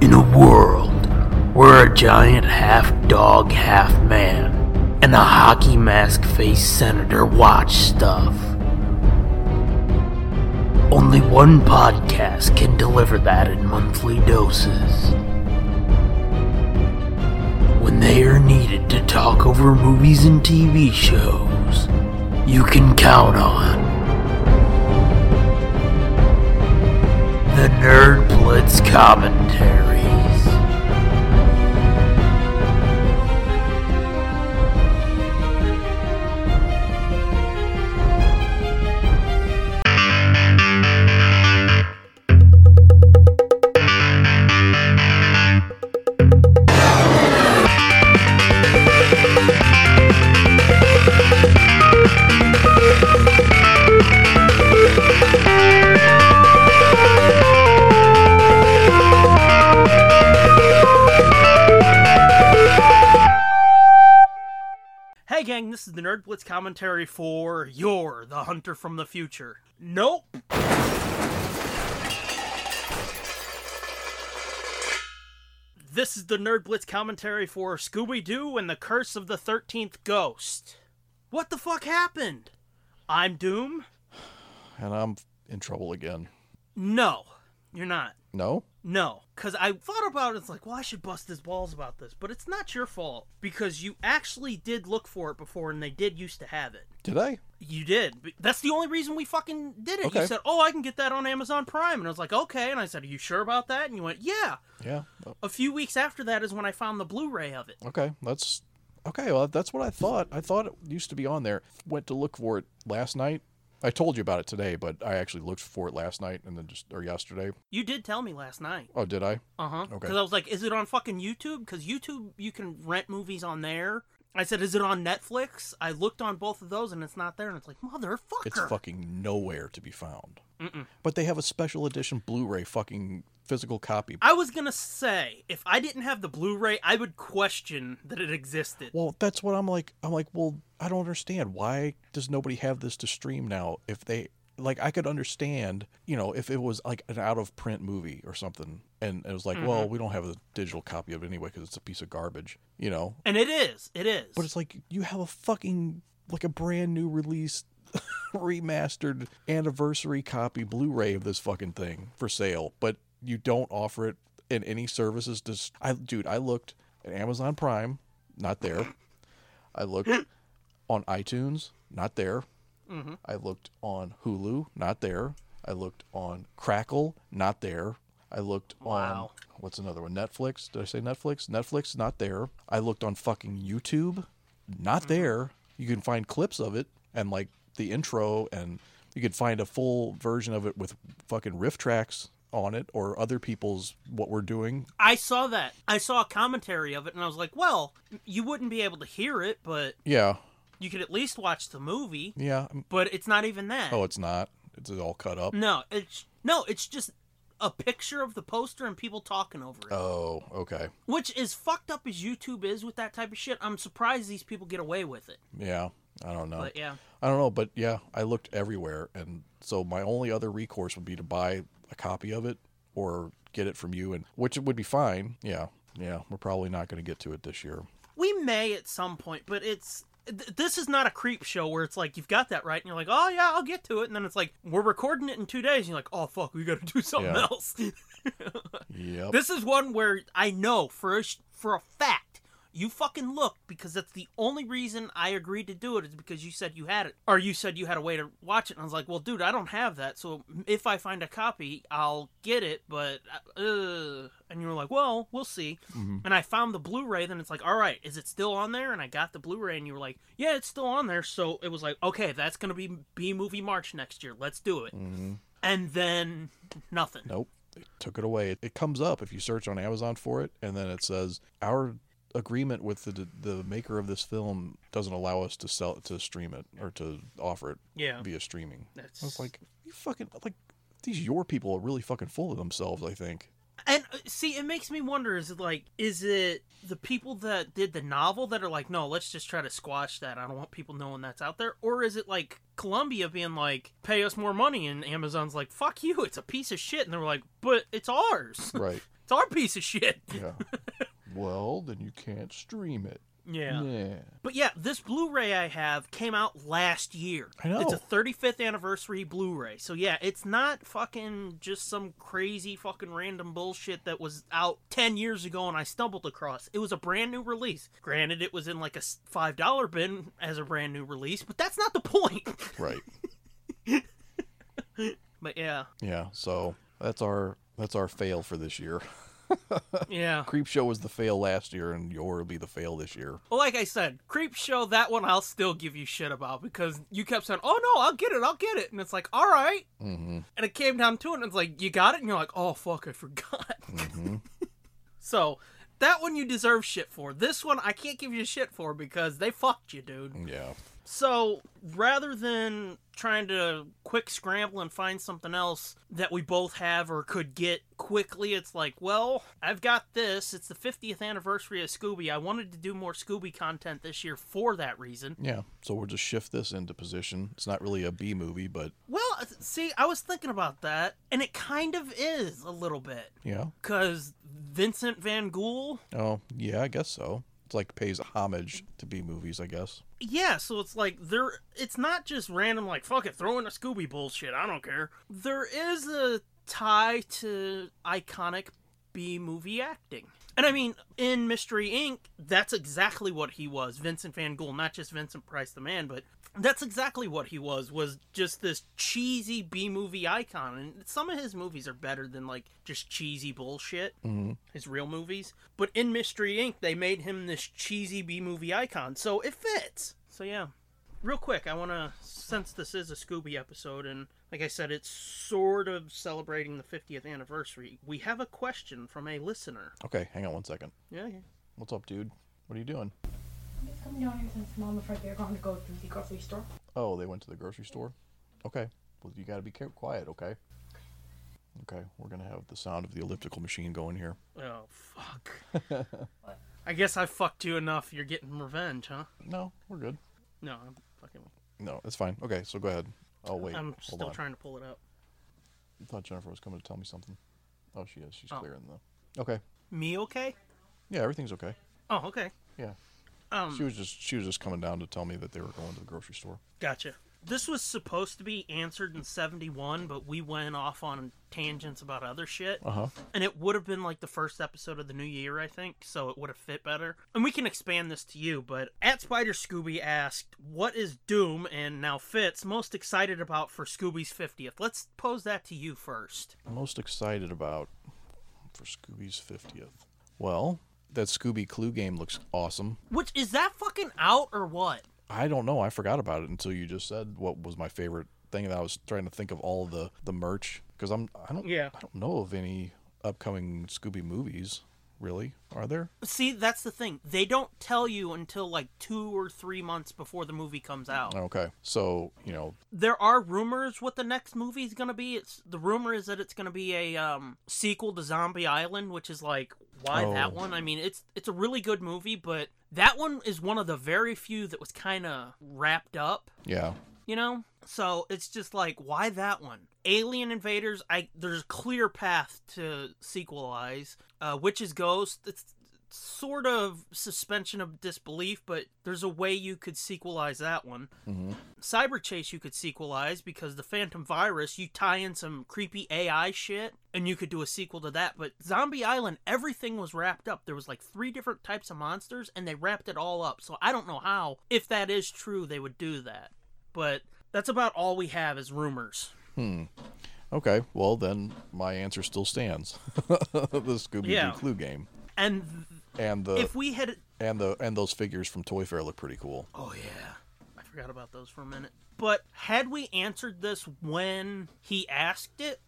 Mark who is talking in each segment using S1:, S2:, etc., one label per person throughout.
S1: in a world where a giant half dog, half man, and the hockey mask faced senator watch stuff. Only one podcast can deliver that in monthly doses. When they are needed to talk over movies and TV shows, you can count on the Nerd Blitz commentaries.
S2: Hey gang, this is the Nerd Blitz commentary for You're the Hunter from the Future. Nope. This is the Nerd Blitz commentary for Scooby Doo and the Curse of the 13th Ghost. What the fuck happened? I'm Doom?
S3: and I'm in trouble again.
S2: No, you're not.
S3: No?
S2: No, because I thought about it. It's like, well, I should bust his balls about this, but it's not your fault because you actually did look for it before, and they did used to have it.
S3: Did I?
S2: You did. But That's the only reason we fucking did it. You
S3: Okay.
S2: said, "Oh, I can get that on Amazon Prime," and I was like, "Okay." And I said, "Are you sure about that?" And you went, "Yeah."
S3: Yeah. Oh,
S2: A few weeks after that is when I found the Blu-ray of it.
S3: Okay. That's okay. Well, that's what I thought. I thought it used to be on there. Went to look for it last night. I told you about it today, but I actually looked for it last night and then just or yesterday.
S2: You did tell me last night.
S3: Oh, did I?
S2: Uh huh.
S3: Okay.
S2: Because I was like, "Is it on fucking YouTube?" Because YouTube, you can rent movies on there. I said, "Is it on Netflix?" I looked on both of those, and it's not there. And it's like, motherfucker.
S3: It's fucking nowhere to be found. But they have a special edition Blu-ray fucking physical copy.
S2: I was gonna say, if I didn't have the Blu-ray, I would question that it existed.
S3: Well, that's what I'm like. I'm like, well, I don't understand. Why does nobody have this to stream now? If they like, I could understand, you know, if it was like an out of print movie or something, and it was like, well, we don't have a digital copy of it anyway because it's a piece of garbage, you know.
S2: And it is. It is.
S3: But it's like you have a fucking like a brand new release, remastered anniversary copy Blu-ray of this fucking thing for sale, but you don't offer it in any services. Just I, dude, I looked at Amazon Prime, not there. I looked on iTunes, not there. I looked on Hulu, not there. I looked on Crackle, not there. I looked
S2: Wow.
S3: on what's another one? Netflix. Did I say Netflix? Netflix, not there. I looked on fucking YouTube, not
S2: Mm-hmm.
S3: there. You can find clips of it and like the intro, and you can find a full version of it with fucking riff tracks on it or other people's what we're doing.
S2: I saw that. I saw a commentary of it, and I was like, well, you wouldn't be able to hear it, but
S3: Yeah,
S2: you could at least watch the movie.
S3: yeah. I'm-
S2: But it's not even that.
S3: Oh, it's not. It's all cut up.
S2: No, it's no, it's just a picture of the poster and people talking over it.
S3: Oh, okay.
S2: Which is fucked up as YouTube is with that type of shit. I'm surprised these people get away with it.
S3: Yeah, I don't know.
S2: But yeah.
S3: I don't know, but yeah, I looked everywhere, and so my only other recourse would be to buy a copy of it or get it from you, and which would be fine. Yeah, yeah, we're probably not going to get to it this year.
S2: We may at some point, but it's th- this is not a creep show where it's like you've got that right and you're like, "Oh yeah, I'll get to it." And then it's like, "We're recording it in 2 days." And you're like, "Oh fuck, we got to do something
S3: Yeah.
S2: else."
S3: Yep.
S2: this is one where I know for a, sh- for a fact you fucking looked because that's the only reason I agreed to do it is because you said you had it or you said you had a way to watch it and I was like, "Well, dude, I don't have that. So if I find a copy, I'll get it, but uh, and you were like, "Well, we'll see."
S3: Mm-hmm.
S2: And I found the Blu-ray then it's like, "All right, is it still on there?" And I got the Blu-ray and you were like, "Yeah, it's still on there." So it was like, "Okay, that's going to be B movie March next year. Let's do it." And then nothing.
S3: Mm-hmm. Nope. They took it away. It, it comes up if you search on Amazon for it, and then it says our agreement with the the maker of this film doesn't allow us to sell to stream it or to offer it
S2: Yeah.
S3: via streaming.
S2: That's
S3: I was like, you fucking like these your people are really fucking full of themselves. I think.
S2: And uh, see, it makes me wonder: is it like, is it the people that did the novel that are like, no, let's just try to squash that. I don't want people knowing that's out there, or is it like Columbia being like, pay us more money, and Amazon's like, fuck you, it's a piece of shit, and they're like, but it's ours.
S3: Right.
S2: It's our piece of shit.
S3: Yeah. well, then you can't stream it.
S2: Yeah. But yeah, this Blu-ray I have came out last year.
S3: I know.
S2: It's a 35th anniversary Blu-ray. So yeah, it's not fucking just some crazy fucking random bullshit that was out 10 years ago and I stumbled across. It was a brand new release. Granted, it was in like a s- $5 bin as a brand new release, but that's not the point.
S3: Right.
S2: But yeah.
S3: Yeah. So that's our that's our fail for this year.
S2: Yeah.
S3: Creep Show was the fail last year, and your will be the fail this year.
S2: Well, like I said, creep show that one I'll still give you shit about because you kept saying, "Oh no, I'll get it, I'll get it," and it's like, "All right."
S3: Mm-hmm.
S2: And it came down to it, and it's like, "You got it," and you're like, "Oh fuck, I forgot."
S3: Mm-hmm.
S2: so that one you deserve shit for. This one I can't give you shit for because they fucked you, dude.
S3: Yeah.
S2: So rather than trying to quick scramble and find something else that we both have or could get quickly, it's like, well, I've got this. It's the 50th anniversary of Scooby. I wanted to do more Scooby content this year for that reason.
S3: Yeah. So we'll just shift this into position. It's not really a B movie, but
S2: Well, uh, see, I was thinking about that, and it kind of is a little bit.
S3: yeah.
S2: Because Vincent Van Gogh,
S3: Oh, yeah. I guess so. It's like pays homage to B movies, I guess.
S2: Yeah, so it's like there it's not just random like fuck it, throw in a Scooby bullshit, I don't care. There is a tie to iconic B movie acting. And I mean, in Mystery Inc., that's exactly what he was, Vincent Van Gogh, not just Vincent Price the man, but that's exactly what he was, was just this cheesy B movie icon. And some of his movies are better than like just cheesy bullshit
S3: Mm-hmm.
S2: his real movies. But in Mystery Inc., they made him this cheesy B movie icon, so it fits. So yeah. Real quick, I want to, since this is a Scooby episode, and like I said, it's sort of celebrating the 50th anniversary, we have a question from a listener.
S3: Okay. Hang on one second.
S2: Yeah, yeah.
S3: What's up, dude? What are you doing?
S4: I'm just coming down here since mom and Fred they're going to go to the grocery store.
S3: Oh, they went to the grocery store. Okay. Well, you got to be care- quiet. Okay. Okay. We're gonna have the sound of the elliptical machine going here.
S2: Oh, fuck. I guess I fucked you enough. You're getting revenge, huh?
S3: No, we're good.
S2: No, I'm fucking.
S3: No, it's fine. Okay. So go ahead. Oh wait.
S2: I'm
S3: hold
S2: still
S3: on.
S2: trying to pull it up.
S3: I thought Jennifer was coming to tell me something. Oh, she is. She's
S2: Oh.
S3: clearing the. Okay.
S2: Me okay?
S3: Yeah, everything's okay.
S2: Oh, okay.
S3: Yeah.
S2: Um,
S3: She was just she was just coming down to tell me that they were going to the grocery store.
S2: Gotcha. This was supposed to be answered in 71, but we went off on tangents about other shit.
S3: Uh huh.
S2: And it would have been like the first episode of the new year, I think, so it would have fit better. And we can expand this to you, but at Spider Scooby asked, What is Doom and now Fitz most excited about for Scooby's 50th? Let's pose that to you first.
S3: Most excited about for Scooby's fiftieth. Well, that Scooby Clue game looks awesome.
S2: Which is that fucking out or what?
S3: I don't know. I forgot about it until you just said what was my favorite thing. And I was trying to think of all the the merch because I'm I don't
S2: Yeah.
S3: I don't know of any upcoming Scooby movies. Really? Are there?
S2: See, that's the thing. They don't tell you until like two or three months before the movie comes out.
S3: Okay. So you know
S2: there are rumors what the next movie is going to be. It's the rumor is that it's going to be a um, sequel to Zombie Island, which is like why
S3: Oh.
S2: that one? I mean, it's it's a really good movie, but that one is one of the very few that was kind of wrapped up,
S3: yeah
S2: you know? So it's just like why that one? Alien Invaders, I there's a clear path to sequelize. Uh Witch's Ghost, it's sort of suspension of disbelief, but there's a way you could sequelize that one.
S3: Mhm.
S2: Cyber Chase you could sequelize because the Phantom Virus, you tie in some creepy AI shit and you could do a sequel to that. But Zombie Island, everything was wrapped up. There was like three different types of monsters and they wrapped it all up. So I don't know how, if that is true, they would do that. But that's about all we have is rumors.
S3: Okay, well then my answer still stands. the Scooby Doo
S2: Yeah.
S3: Clue game
S2: And
S3: and the
S2: if we had
S3: and the and those figures from Toy Fair look pretty cool.
S2: Oh yeah. I forgot about those for a minute. But had we answered this when he asked it,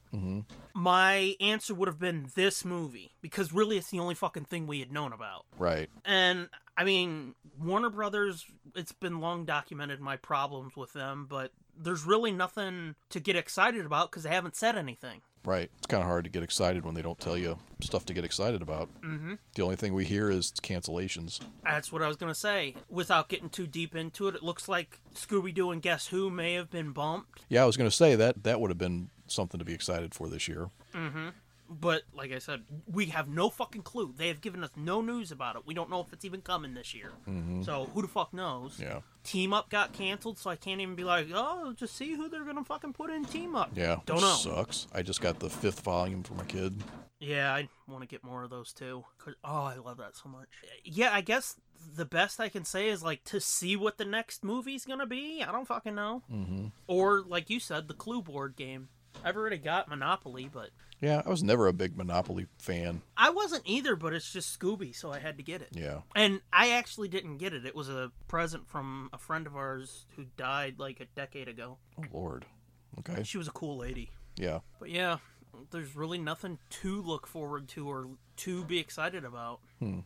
S2: my answer would have been this movie because really it's the only fucking thing we had known about.
S3: Right.
S2: And I mean, Warner Brothers, it's been long documented my problems with them, but there's really nothing to get excited about because they haven't said anything.
S3: Right. It's kind of hard to get excited when they don't tell you stuff to get excited about. Mm-hmm. The only thing we hear is cancellations.
S2: That's what I was going to say. Without getting too deep into it, it looks like Scooby Doo and Guess Who may have been bumped.
S3: Yeah, I was going to say that that would have been something to be excited for this year.
S2: But like I said, we have no fucking clue. They have given us no news about it. We don't know if it's even coming this year. So who the fuck knows?
S3: Mm-hmm. Yeah.
S2: Team Up got canceled, so I can't even be like, oh, just see who they're gonna fucking put in Team Up.
S3: Yeah.
S2: Don't
S3: which
S2: know.
S3: Sucks. I just got the fifth volume for my kid.
S2: Yeah, I want to get more of those too. 'Cause- oh, I love that so much. Yeah, I guess the best I can say is like to see what the next movie's gonna be. I don't fucking know. Mm-hmm. Or like you said, the Clue board game. I've already got Monopoly, but
S3: Yeah, I was never a big Monopoly fan.
S2: I wasn't either. But it's just Scooby, so I had to get it.
S3: Yeah.
S2: And I actually didn't get it. It was a present from a friend of ours who died like a decade ago.
S3: Oh Lord. Okay.
S2: She was a cool lady.
S3: Yeah.
S2: But yeah, there's really nothing to look forward to or to be excited about. So,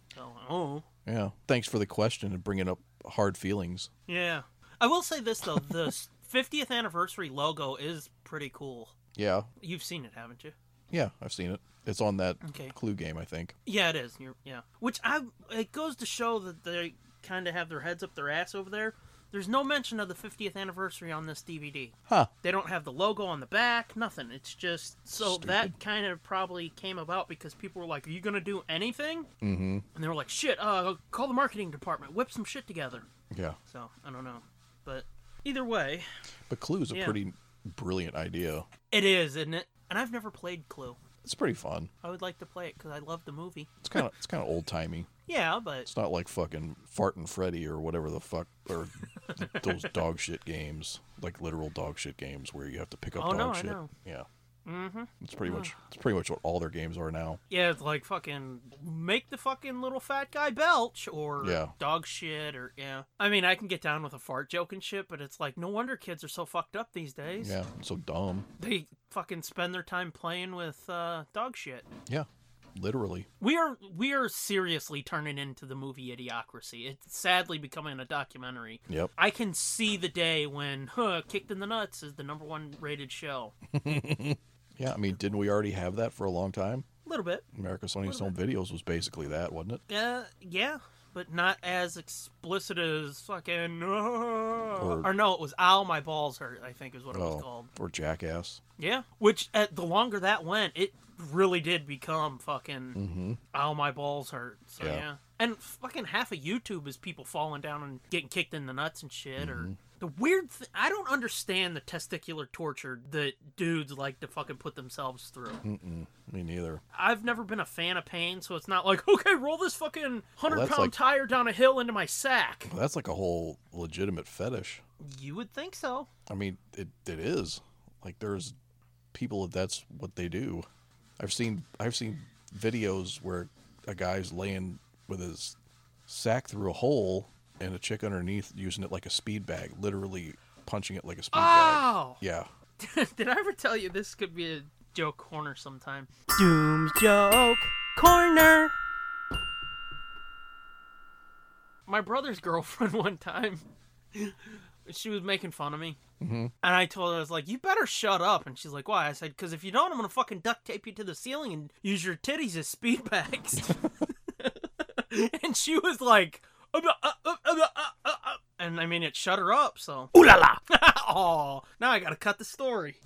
S2: oh.
S3: Yeah. Thanks for the question and bringing up hard feelings.
S2: Yeah. I will say this though, the 50th anniversary logo is pretty cool.
S3: Yeah.
S2: You've seen it, haven't you?
S3: Yeah, I've seen it. It's on that
S2: Okay.
S3: Clue game, I think.
S2: Yeah, it is. You're, yeah. Which I it goes to show that they kind of have their heads up their ass over there. There's no mention of the 50th anniversary on this DVD.
S3: Huh.
S2: They don't have the logo on the back, nothing. It's just so that
S3: Stupid.
S2: kind of probably came about because people were like, "Are you gonna do anything?" Mm-hmm. And they were like, "Shit, uh, call the marketing department, whip some shit together."
S3: Yeah.
S2: So I don't know, but either way,
S3: But Clue's a
S2: Yeah.
S3: pretty brilliant idea.
S2: It is, isn't it? And I've never played Clue.
S3: It's pretty fun.
S2: I would like to play it because I love the movie.
S3: It's kind of it's kind of old timey.
S2: Yeah, but
S3: It's not like fucking farting Freddy or whatever the fuck or th- those dog shit games, like literal dog shit games where you have to pick up
S2: Oh,
S3: dog
S2: no, I
S3: shit.
S2: know.
S3: Yeah. Mm-hmm. It's pretty much it's pretty much what all their games are now.
S2: yeah, it's like fucking make the fucking little fat guy belch or
S3: Yeah.
S2: dog shit or yeah. I mean, I can get down with a fart joke and shit, but it's like no wonder kids are so fucked up these days.
S3: Yeah. It's so dumb.
S2: They fucking spend their time playing with uh, dog shit.
S3: Yeah. Literally.
S2: We are we are seriously turning into the movie Idiocracy. It's sadly becoming a documentary.
S3: Yep.
S2: I can see the day when huh, Kicked in the Nuts is the number one rated show.
S3: Yeah. I mean, didn't we already have that for a long time?
S2: A little bit.
S3: America's Funniest Home Videos was basically that, wasn't it?
S2: Uh, yeah, but not as explicit as fucking. Uh, or, Oh. no, it was "Ow, my balls hurt." I think is what it was called.
S3: Oh, or Jackass.
S2: Yeah, which uh, the longer that went, it really did become fucking. Ow, my balls hurt. So Mm-hmm. yeah.
S3: Yeah.
S2: and fucking half of YouTube is people falling down and getting kicked in the nuts and shit. Or the weird, th- I don't understand the testicular torture that dudes like to fucking put themselves through.
S3: Me neither.
S2: I've never been a fan of pain, so it's not like, okay, roll this fucking 100
S3: that's
S2: pound
S3: like-
S2: tire down a hill into my sack.
S3: But that's like a whole legitimate fetish.
S2: You would think so.
S3: I mean, it, it is. Like there's people that that's what they do. I've seen I've seen videos where a guy's laying with his sack through a hole and a chick underneath using it like a speed bag, literally punching it like a speed
S2: Oh!
S3: bag. Yeah.
S2: Did I ever tell you this could be a joke corner sometime?
S1: Doom's Joke Corner.
S2: My brother's girlfriend one time, she was making fun of me. Mm-hmm. And I told her, I was like, you better shut up. And she's like, why? I said, because if you don't, I'm going to fucking duct tape you to the ceiling and use your titties as speed bags. and she was like, "Uh, uh, uh, uh, uh, uh, uh," and I mean, it shut her up, so.
S1: Ooh la la.
S2: oh, now I gotta cut the story.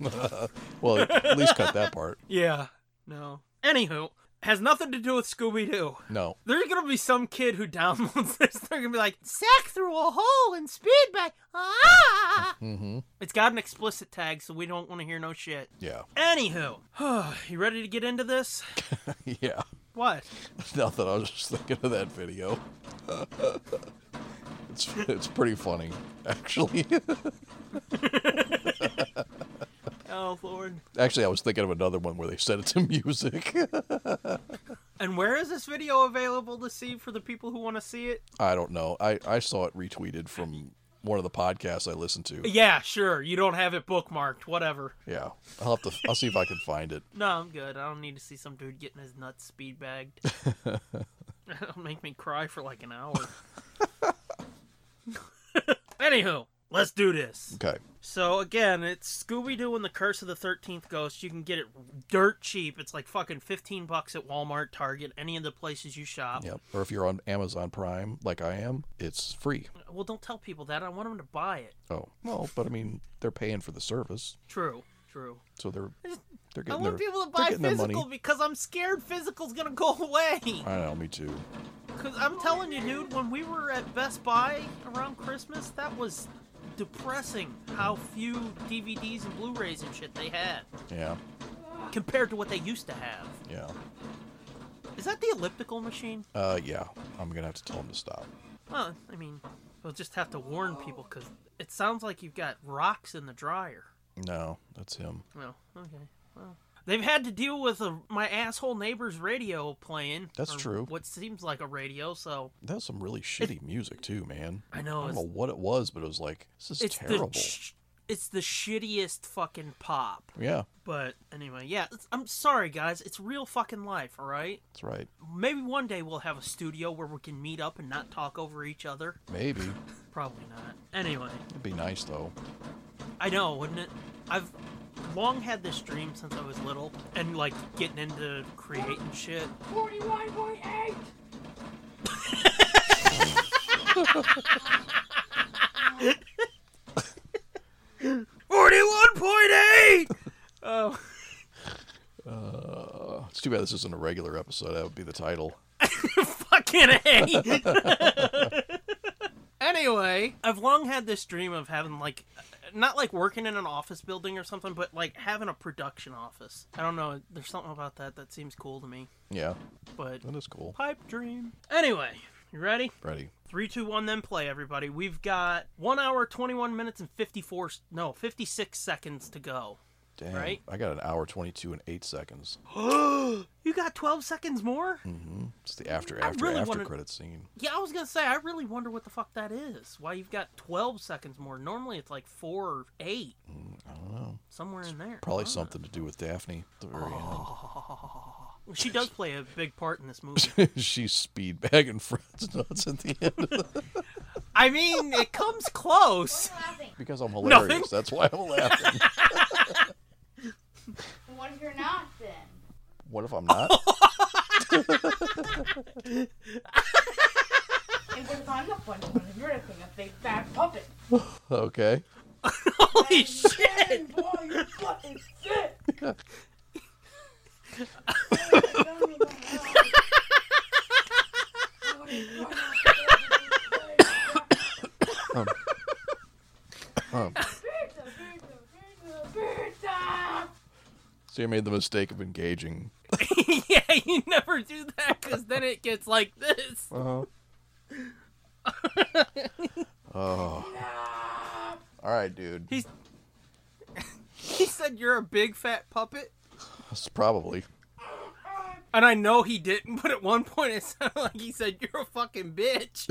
S3: Well, at least cut that part.
S2: yeah, no. Anywho, has nothing to do with Scooby Doo.
S3: No.
S2: There's gonna be some kid who downloads this. They're gonna be like, sack through a hole and speed back. Ah!
S3: Mm-hmm.
S2: It's got an explicit tag, so we don't want to hear no shit.
S3: Yeah.
S2: Anywho, you ready to get into this?
S3: Yeah.
S2: What?
S3: Now that I was just thinking of that video. it's it's pretty funny, actually.
S2: Oh Lord!
S3: actually, I was thinking of another one where they set it to music.
S2: And where is this video available to see for the people who want to see it?
S3: I don't know. I, I saw it retweeted from one of the podcasts I listened to.
S2: Yeah, sure. You don't have it bookmarked. Whatever.
S3: Yeah, I'll have to. I'll see if I can find it.
S2: No, I'm good. I don't need to see some dude getting his nuts speed bagged. That'll make me cry for like an hour. Anywho, let's do this.
S3: Okay.
S2: So again, it's Scooby Doo and the Curse of the Thirteenth Ghost. You can get it dirt cheap. It's like fucking fifteen bucks at Walmart, Target, any of the places you shop.
S3: Yep. Or if you're on Amazon Prime, like I am, it's free.
S2: Well, don't tell people that. I want them to buy it.
S3: Oh well, but I mean, they're paying for the service,
S2: True. True.
S3: so they're
S2: I
S3: They're getting
S2: want
S3: their,
S2: people to
S3: they're
S2: buy
S3: getting their
S2: physical
S3: money.
S2: because I'm scared physical's gonna go away.
S3: I know, me too.
S2: Because I'm telling you, dude, when we were at Best Buy around Christmas, that was depressing how few DVDs and Blu rays and shit they had
S3: Yeah,
S2: compared to what they used to have.
S3: yeah,
S2: Is that the elliptical machine?
S3: uh, yeah. I'm gonna have to tell them to stop.
S2: Well, I mean, we'll just have to warn people because it sounds like you've got rocks in the dryer.
S3: No, that's him.
S2: No, okay. Well, they've had to deal with a, my asshole neighbor's radio playing.
S3: That's
S2: or
S3: true.
S2: What seems like a radio, so
S3: That was some really shitty music too, man.
S2: I know,
S3: I don't
S2: it's-
S3: know what it was, but it was like this is
S2: it's
S3: terrible.
S2: the sh- it's the shittiest fucking pop.
S3: yeah,
S2: But anyway, yeah, it's, I'm sorry guys, it's real fucking life, all right?
S3: that's right.
S2: Maybe one day we'll have a studio where we can meet up and not talk over each other.
S3: Maybe
S2: Probably not. Anyway,
S3: it'd be nice though.
S2: I know, wouldn't it? I've long had this dream since I was little and like getting into creating shit.
S4: 41.8!
S2: Forty-one point eight. Oh,
S3: Uh, it's too bad this isn't a regular episode. That would be the title.
S2: fucking a. anyway, I've long had this dream of having like, not like working in an office building or something, but like having a production office. I don't know. There's something about that that seems cool to me.
S3: Yeah,
S2: But
S3: that is cool.
S2: pipe dream. Anyway, you ready?
S3: Ready?
S2: Three, two, one, then play, everybody. We've got one hour, twenty-one minutes, and fifty-four. No, fifty-six seconds to go.
S3: Damn.
S2: Right.
S3: I got an hour twenty-two and eight seconds.
S2: You got twelve seconds more?
S3: It's the after
S2: I
S3: after
S2: really
S3: after
S2: wanted-
S3: credit scene.
S2: Yeah, I was gonna say, I really wonder what the fuck that is. Why you've got 12 seconds more. Normally it's like four or eight. Hmm, I don't know. Somewhere in there.
S3: Probably
S2: Huh. Oh.
S3: something to do with Daphne. at The very
S2: She does play a big part in this movie.
S3: end. She's speed bagging Fred's nuts at the end
S2: I mean, it comes close.
S4: Laughing.
S3: because I'm hilarious.
S2: Nothing.
S3: That's why I'm laughing.
S4: What if you're not then?
S3: what if I'm not?
S4: And what if I'm the funny one and you're the thing, a big fat puppet?
S3: Okay.
S2: Holy shit.
S4: Hey, boy, you fucking sick!
S3: Um, so you made the mistake of engaging.
S2: yeah, you never do that because then it gets like this.
S3: Uh-huh. oh. All right, dude.
S2: He's- He said, You're a big fat puppet.
S3: That's probably.
S2: And I know he didn't, but at one point it sounded like he said, You're a fucking bitch.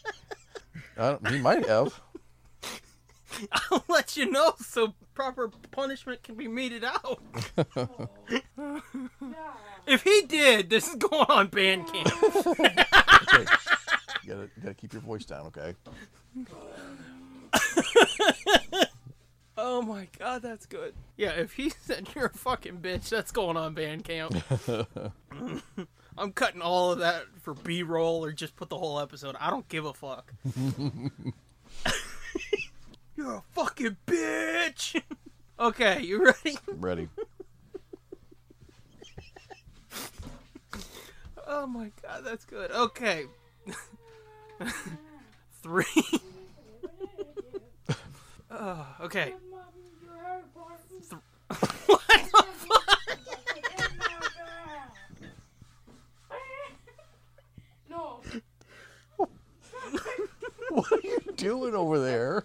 S3: I don't, he might have.
S2: I'll let you know so proper punishment can be meted out. if he did, this is going on Bandcamp.
S3: Okay. You gotta, you gotta keep your voice down, okay?
S2: oh my god, that's good. Yeah, if he said you're a fucking bitch, that's going on Bandcamp. I'm cutting all of that for B roll or just put the whole episode. I don't give a fuck. you're a fucking bitch! okay, you ready?
S3: I'm ready.
S2: Oh my god, that's good. Okay. Three. oh, okay. What the fuck?
S4: No.
S3: What are you doing over there?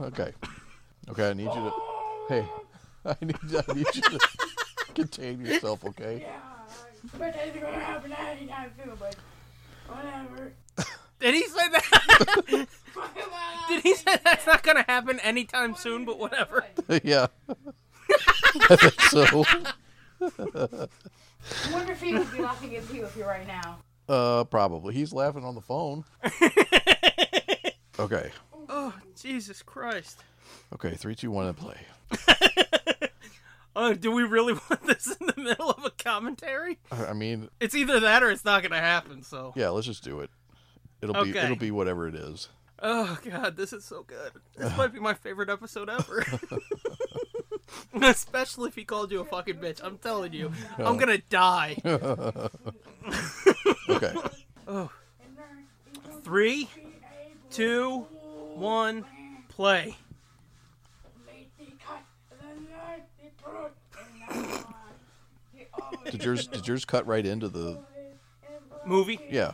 S3: Okay. Okay, I need you to. Hey, I need, I need you to contain yourself, okay?
S2: Did he say that? Did he say that's not gonna happen anytime soon, but whatever?
S3: yeah. I think so.
S4: I wonder if he would be laughing at you if you're right now.
S3: Uh, probably. He's laughing on the phone. Okay.
S2: Oh, Jesus Christ.
S3: Okay, three, two, one, and play.
S2: Oh, do we really want this in the middle of a commentary?
S3: I I mean,
S2: It's either that or it's not gonna happen, so.
S3: yeah, let's just do it. It'll be
S2: Okay.
S3: it'll be whatever it is.
S2: Oh god, this is so good. This might be my favorite episode ever. Especially if he called you a fucking bitch. I'm telling you, I'm gonna die.
S3: Okay.
S2: Three, two, one, play.
S3: Did yours did yours cut right into the
S2: Movie.
S3: Yeah.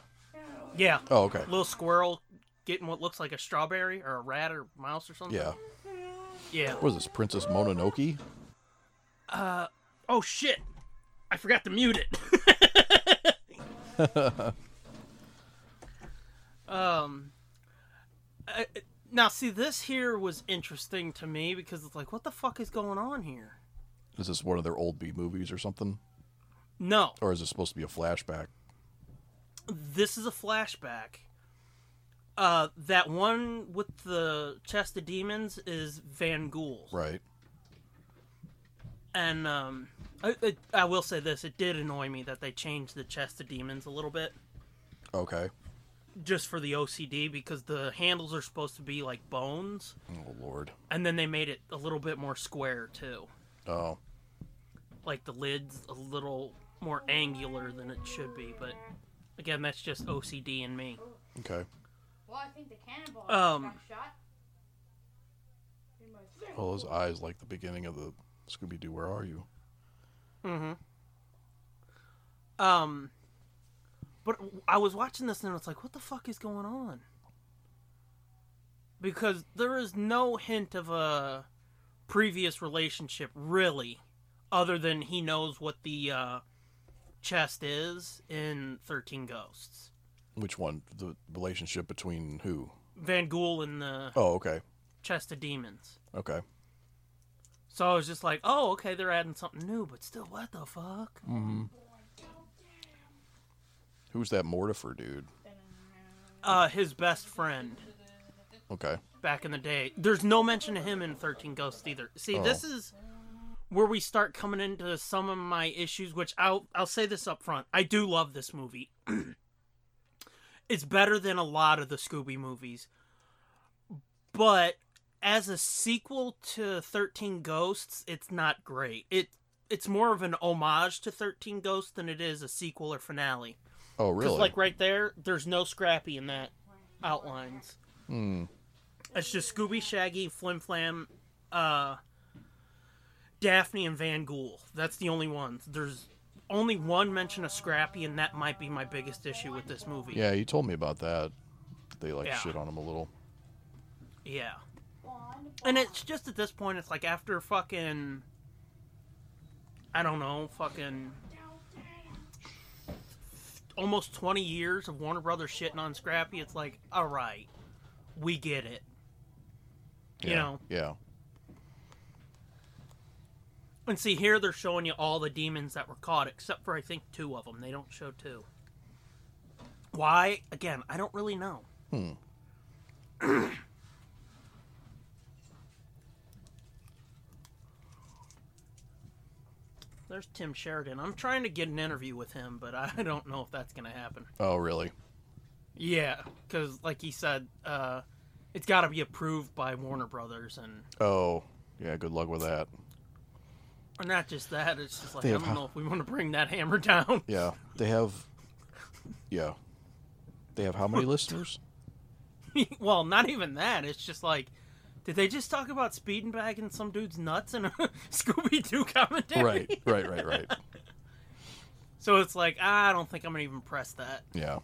S2: Yeah.
S3: Oh, okay.
S2: Little squirrel getting what looks like a strawberry or a rat or mouse or something.
S3: Yeah.
S2: Yeah.
S3: What is this, Princess Mononoke?
S2: Oh shit! I forgot to mute it. um. I, now, see, this here was interesting to me because it's like, what the fuck is going on here?
S3: Is this one of their old B movies or something?
S2: No,
S3: Or is it supposed to be a flashback?
S2: this is a flashback. Uh, that one with the chest of demons is Van Ghoul,
S3: Right.
S2: and um, I, I, I will say this: it did annoy me that they changed the chest of demons a little bit.
S3: Okay.
S2: just for the OCD because the handles are supposed to be like bones,
S3: Oh Lord.
S2: and then they made it a little bit more square too.
S3: Oh.
S2: Like the lid's a little more angular than it should be, but again, that's just OCD in me.
S3: Okay.
S4: Well, I think the cannonball
S2: Um,
S4: got shot.
S3: Well, those eyes like the beginning of the Scooby Doo. Where are you?
S2: Um, but I was watching this and it's like, what the fuck is going on? Because there is no hint of a previous relationship, really, other than he knows what the uh, chest is in 13 Ghosts.
S3: Which one? The relationship between who?
S2: Van Ghoul and the
S3: Oh, okay.
S2: Chest of Demons.
S3: Okay.
S2: So I was just like, oh, okay, they're adding something new, but still, what the fuck?
S3: Who's that Mortifer dude?
S2: Uh, his best friend.
S3: Okay.
S2: back in the day. There's no mention of him in 13 Ghosts either. See,
S3: Oh.
S2: this is where we start coming into some of my issues, which I'll I'll say this up front. I do love this movie. it's better than a lot of the Scooby movies. But as a sequel to 13 Ghosts, it's not great. It it's more of an homage to 13 Ghosts than it is a sequel or finale.
S3: Oh,
S2: Because
S3: really?
S2: like right there, there's no Scrappy in that outlines. It's just Scooby, Shaggy, Flim Flam, uh, Daphne, and Van Ghoul. That's the only ones. There's only one mention of Scrappy, and that might be my biggest issue with this movie.
S3: yeah, you told me about that. They like
S2: Yeah.
S3: shit on him a little.
S2: Yeah. And it's just at this point, it's like after fucking. I don't know, fucking. Almost 20 years of Warner Brothers shitting on Scrappy, it's like, alright, we get it.
S3: Yeah.
S2: You know.
S3: Yeah.
S2: And see, here they're showing you all the demons that were caught, except for I think two of them. They don't show two. Why? Again, I don't really know.
S3: Hmm.
S2: There's Tim Sheridan. I'm trying to get an interview with him, but I don't know if that's going to happen.
S3: Oh, really?
S2: Yeah, because like he said, uh, it's got to be approved by Warner Brothers, and
S3: Oh, yeah. Good luck with that.
S2: or not just that. It's just like
S3: They
S2: I
S3: have
S2: don't
S3: ho-
S2: know if we want to bring that hammer down.
S3: Yeah. They have. Yeah. They have how many listeners?
S2: well, not even that. It's just like, did they just talk about speeding back and some dude's nuts in a Scooby Doo commentary?
S3: right. Right. Right. Right.
S2: So it's like, I don't think I'm gonna even press that.
S3: Yeah.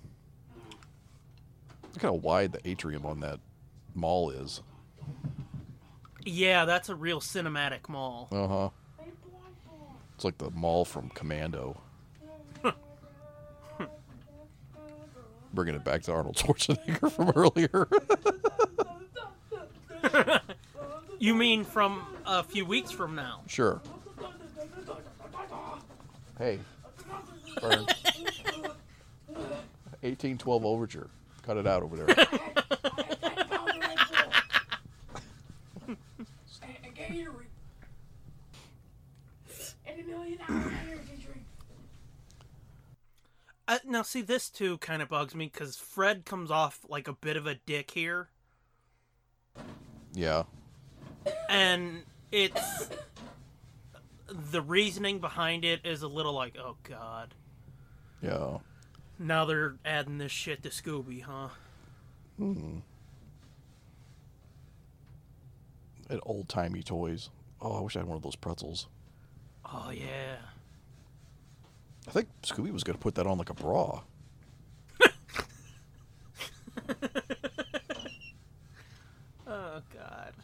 S3: Look how wide the atrium on that mall is.
S2: Yeah, that's a real cinematic mall.
S3: Uh huh. It's like the mall from Commando. Bringing it back to Arnold Schwarzenegger from earlier.
S2: You mean from a few weeks from now?
S3: sure. Hey. Burn. 1812 Overture. Cut it out over there.
S5: a Gatorade. And a million dollar energy drink.
S2: Uh, now, see, this too kind of bugs me because Fred comes off like a bit of a dick here.
S3: Yeah.
S2: and it's the reasoning behind it is a little like, oh god,
S3: Yeah.
S2: now they're adding this shit to Scooby, huh?
S3: And old timey toys. Oh, I wish I had one of those pretzels.
S2: Oh yeah,
S3: I think Scooby was going to put that on like a bra.
S2: oh god.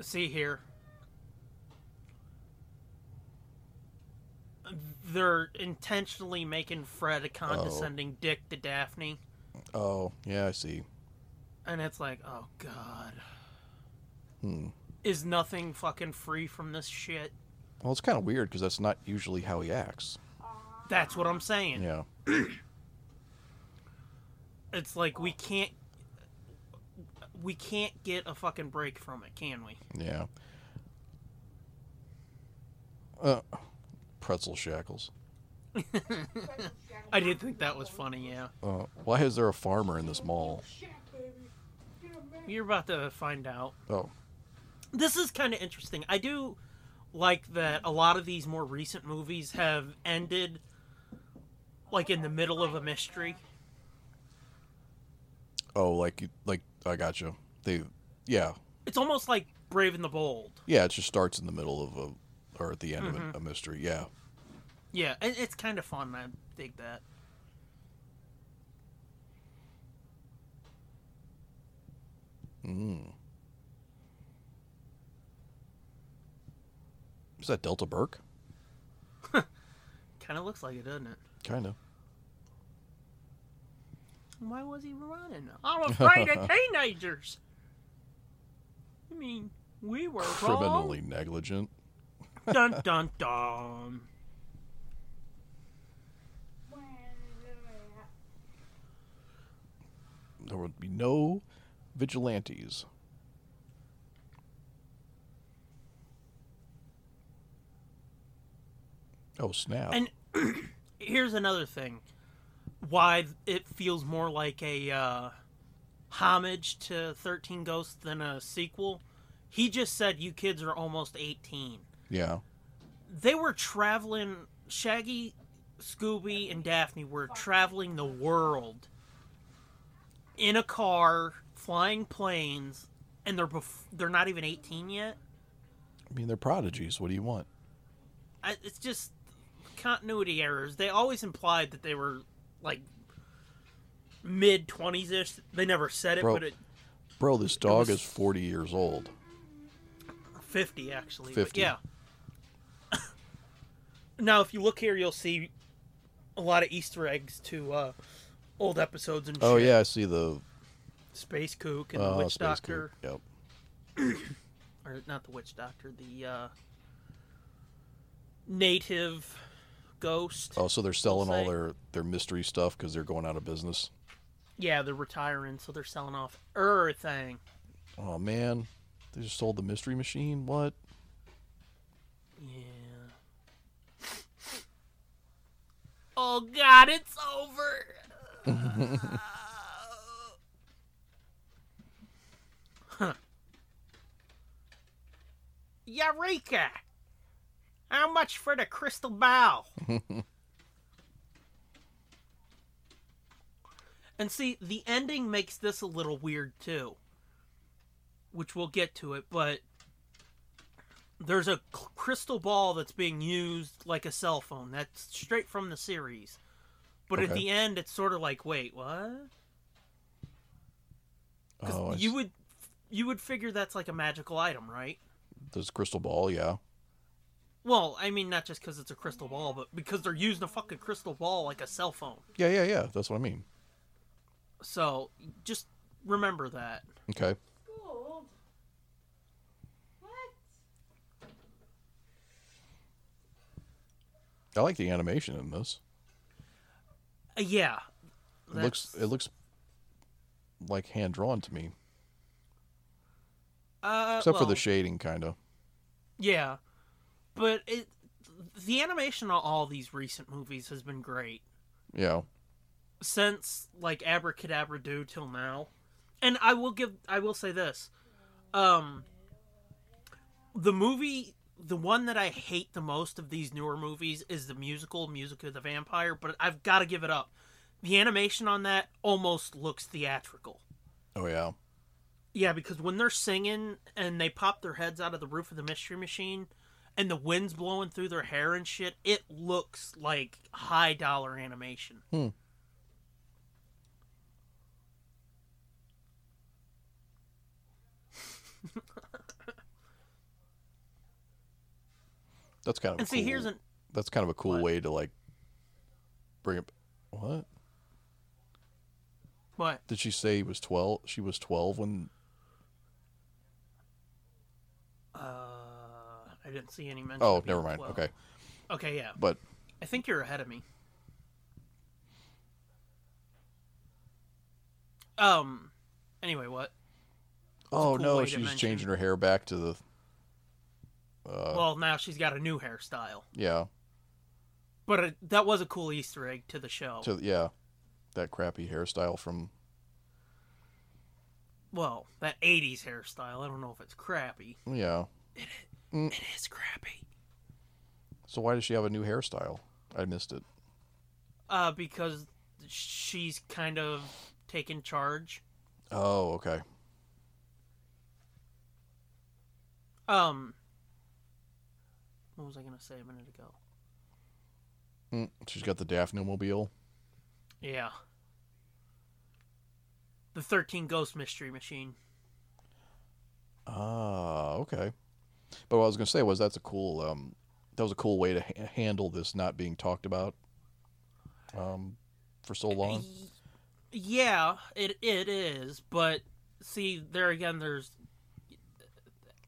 S2: See here. They're intentionally making Fred a condescending dick to Daphne.
S3: Oh, yeah, I see.
S2: And it's like, oh god. Is nothing fucking free from this shit?
S3: Well, it's kind of weird because that's not usually how he acts.
S2: That's what I'm saying.
S3: Yeah.
S2: It's like we can't we can't get a fucking break from it, can we?
S3: Yeah. Uh, pretzel shackles.
S2: I did think that was funny, yeah.
S3: Uh, why is there a farmer in this mall?
S5: Shack, baby. Get a man.
S2: You're about to find out.
S3: Oh,
S2: This is kind of interesting. I do like that a lot of these more recent movies have ended like in the middle of a mystery.
S3: oh, like, you- like I got you. They, yeah,
S2: It's almost like Brave and the Bold.
S3: yeah. It just starts in the middle of a, or at the end of a, a mystery. Yeah,
S2: Yeah, it, it's kind of fun. I dig that.
S3: Mm. is that Delta Burke?
S2: Kind of looks like it, doesn't it?
S3: Kind of.
S2: Why was he running? I'm afraid of teenagers. I mean, we were
S3: Criminally negligent.
S2: wrong. Dun dun dun.
S3: There would be no vigilantes. Oh snap!
S2: And here's another thing: why it feels more like a uh, homage to Thirteen Ghosts than a sequel. He just said, "You kids are almost 18."
S3: yeah,
S2: They were traveling. Shaggy, Scooby, and Daphne were traveling the world in a car, flying planes, and they're bef- they're not even 18 yet.
S3: I mean they're prodigies. What do you want?
S2: I, it's just continuity errors. They always implied that they were like mid twenties ish. They never said it,
S3: Bro.
S2: but it
S3: Bro, this dog
S2: was-
S3: is 40 years old.
S2: fifty actually.
S3: 50.
S2: But yeah. now, if you look here, you'll see a lot of Easter eggs to uh, old episodes and
S3: Oh,
S2: shit.
S3: yeah, I see the
S2: Space Kook and
S3: uh,
S2: the Witch
S3: space
S2: Doctor,
S3: Coop. Yep.
S2: or not the Witch Doctor, the uh, native ghost.
S3: Oh, so they're selling all
S2: say-
S3: their, their mystery stuff because they're going out of business.
S2: Yeah, they're retiring, so they're selling off everything.
S3: Oh, man. They just sold the mystery machine? What?
S2: Yeah. Oh God, it's over. Huh. Eureka! How much for the crystal ball? and see, the ending makes this a little weird too, which we'll get to it, but there's a c- crystal ball that's being used like a cell phone. That's straight from the series. But at
S3: Okay.
S2: the end, it's sort of like, wait, what? 'Cause
S3: Oh, I
S2: you
S3: s-
S2: would you would figure that's like a magical item, right?
S3: there's a crystal ball, yeah.
S2: Well, I mean, not just because it's a crystal ball, but because they're using a fucking crystal ball like a cell phone.
S3: Yeah, yeah, yeah. That's what I mean.
S2: So just remember that.
S3: Okay.
S4: Gold? What?
S3: I like the animation in this.
S2: Uh, yeah.
S3: It looks it looks like hand drawn to me,
S2: uh,
S3: except for
S2: well,
S3: the shading, kind of.
S2: Yeah, but it the animation on all these recent movies has been great.
S3: Yeah.
S2: since like abracadabra do till now and i will give i will say this um the movie the one that i hate the most of these newer movies is the musical music of the vampire but i've got to give it up the animation on that almost looks theatrical
S3: Oh yeah.
S2: yeah because when they're singing and they pop their heads out of the roof of the mystery machine and the wind's blowing through their hair and shit it looks like high dollar animation
S3: That's kind of
S2: and
S3: a
S2: see
S3: cool,
S2: here's an
S3: that's kind of a cool
S2: What?
S3: way to like bring it. What
S2: what
S3: did she say? He was twelve. She was twelve when.
S2: Uh, I didn't see any mention.
S3: Oh,
S2: of
S3: never
S2: Evil
S3: mind.
S2: 12.
S3: Okay,
S2: Okay, yeah.
S3: but
S2: I think you're ahead of me. Um. Anyway, what?
S3: oh
S2: cool
S3: no,
S2: way to
S3: she's
S2: mention-
S3: changing her hair back to the. Uh,
S2: well, now she's got a new hairstyle,
S3: yeah,
S2: but it, that was a cool Easter egg to the show.
S3: to yeah, that crappy hairstyle from
S2: well, that '80s hairstyle. I don't know if it's crappy.
S3: yeah.
S2: It is crappy.
S3: So why does she have a new hairstyle? I missed it.
S2: Uh, because she's kind of taking charge.
S3: Oh, okay.
S2: Um. What was I gonna say a minute ago?
S3: Mm, she's got the Daphne mobile.
S2: Yeah. The 13 Ghost Mystery Machine.
S3: Ah, okay. But what I was gonna say was that's a cool um, that was a cool way to ha- handle this not being talked about, um, for so long.
S2: Y- Yeah, it it is, but see there again there's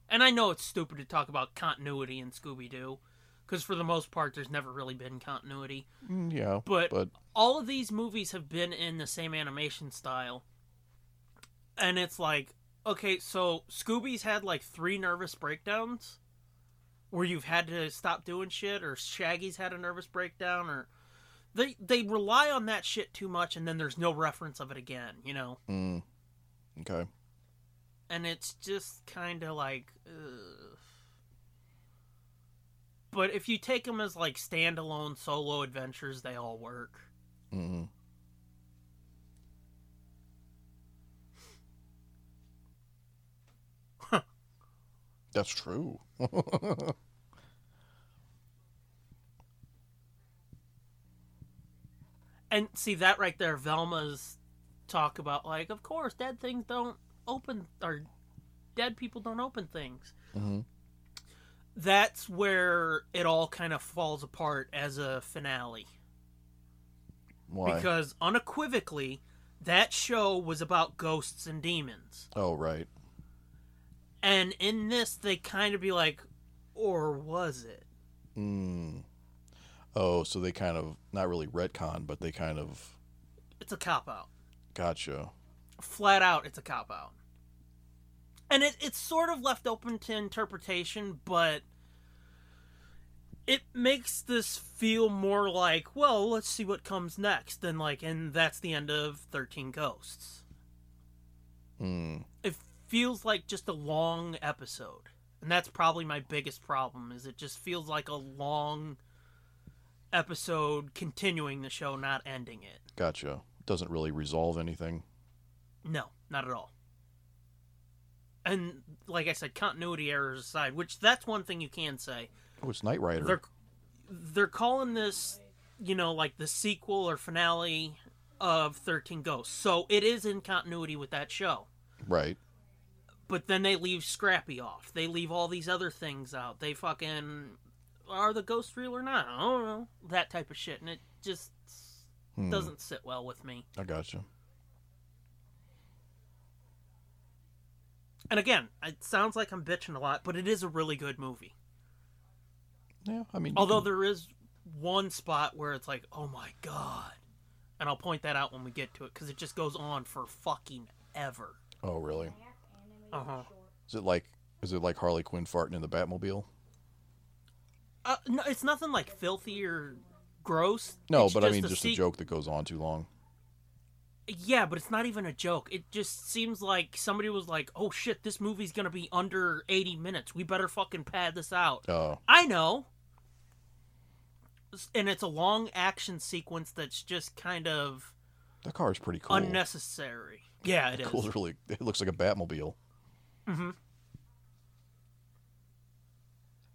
S2: and I know it's stupid to talk about continuity in Scooby Doo cuz for the most part there's never really been continuity.
S3: Mm, yeah,
S2: But-
S3: but
S2: all of these movies have been in the same animation style. And it's like, okay, so Scooby's had like three nervous breakdowns where you've had to stop doing shit, or Shaggy's had a nervous breakdown, or they they rely on that shit too much and then there's no reference of it again, you know?
S3: mm, okay,
S2: And it's just kind of like. Ugh. But if you take them as like standalone solo adventures, they all work.
S3: mm, that's true.
S2: And see that right there, Velma's talk about like, of course, dead things don't open or dead people don't open things.
S3: Mhm.
S2: That's where it all kind of falls apart as a finale
S3: Why?
S2: because unequivocally, that show was about ghosts and demons,
S3: oh, right.
S2: and in this, they kind of be like, or was it?
S3: Mm. Oh, so they kind of not really retcon, but they kind of
S2: It's a cop out.
S3: gotcha.
S2: flat out it's a cop out and it, it's sort of left open to interpretation but it makes this feel more like well let's see what comes next than like and that's the end of 13 ghosts
S3: Mm.
S2: it feels like just a long episode and that's probably my biggest problem is it just feels like a long episode continuing the show not ending it
S3: Gotcha. Doesn't really resolve anything.
S2: No, not at all. And like I said, continuity errors aside, which that's one thing you can say.
S3: Oh, it's Knight Rider.
S2: They're they're calling this, you know, like the sequel or finale of 13 Ghosts. So it is in continuity with that show.
S3: Right.
S2: But then they leave Scrappy off. They leave all these other things out. They fucking are the ghosts real or not? I don't know. That type of shit and it just
S3: Hmm.
S2: doesn't sit well with me.
S3: I gotcha.
S2: And again, it sounds like I'm bitching a lot, but it is a really good movie.
S3: Yeah, I mean, you
S2: Although
S3: can-
S2: there is one spot where it's like, oh my god. And I'll point that out when we get to it because it just goes on for fucking ever.
S3: oh really?
S2: Uh huh.
S3: Is it like is it like Harley Quinn farting in the Batmobile?
S2: Uh, no, it's nothing like filthy or gross.
S3: No,
S2: It's
S3: but I mean,
S2: a
S3: just
S2: se-
S3: a joke that goes on too long.
S2: Yeah, but it's not even a joke. It just seems like somebody was like, "Oh shit, this movie's gonna be under eighty minutes. We better fucking pad this out."
S3: Oh,
S2: I know. S- And it's a long action sequence that's just kind of
S3: that car is pretty cool.
S2: unnecessary. Yeah, it is.
S3: Cool, really. It looks like a Batmobile.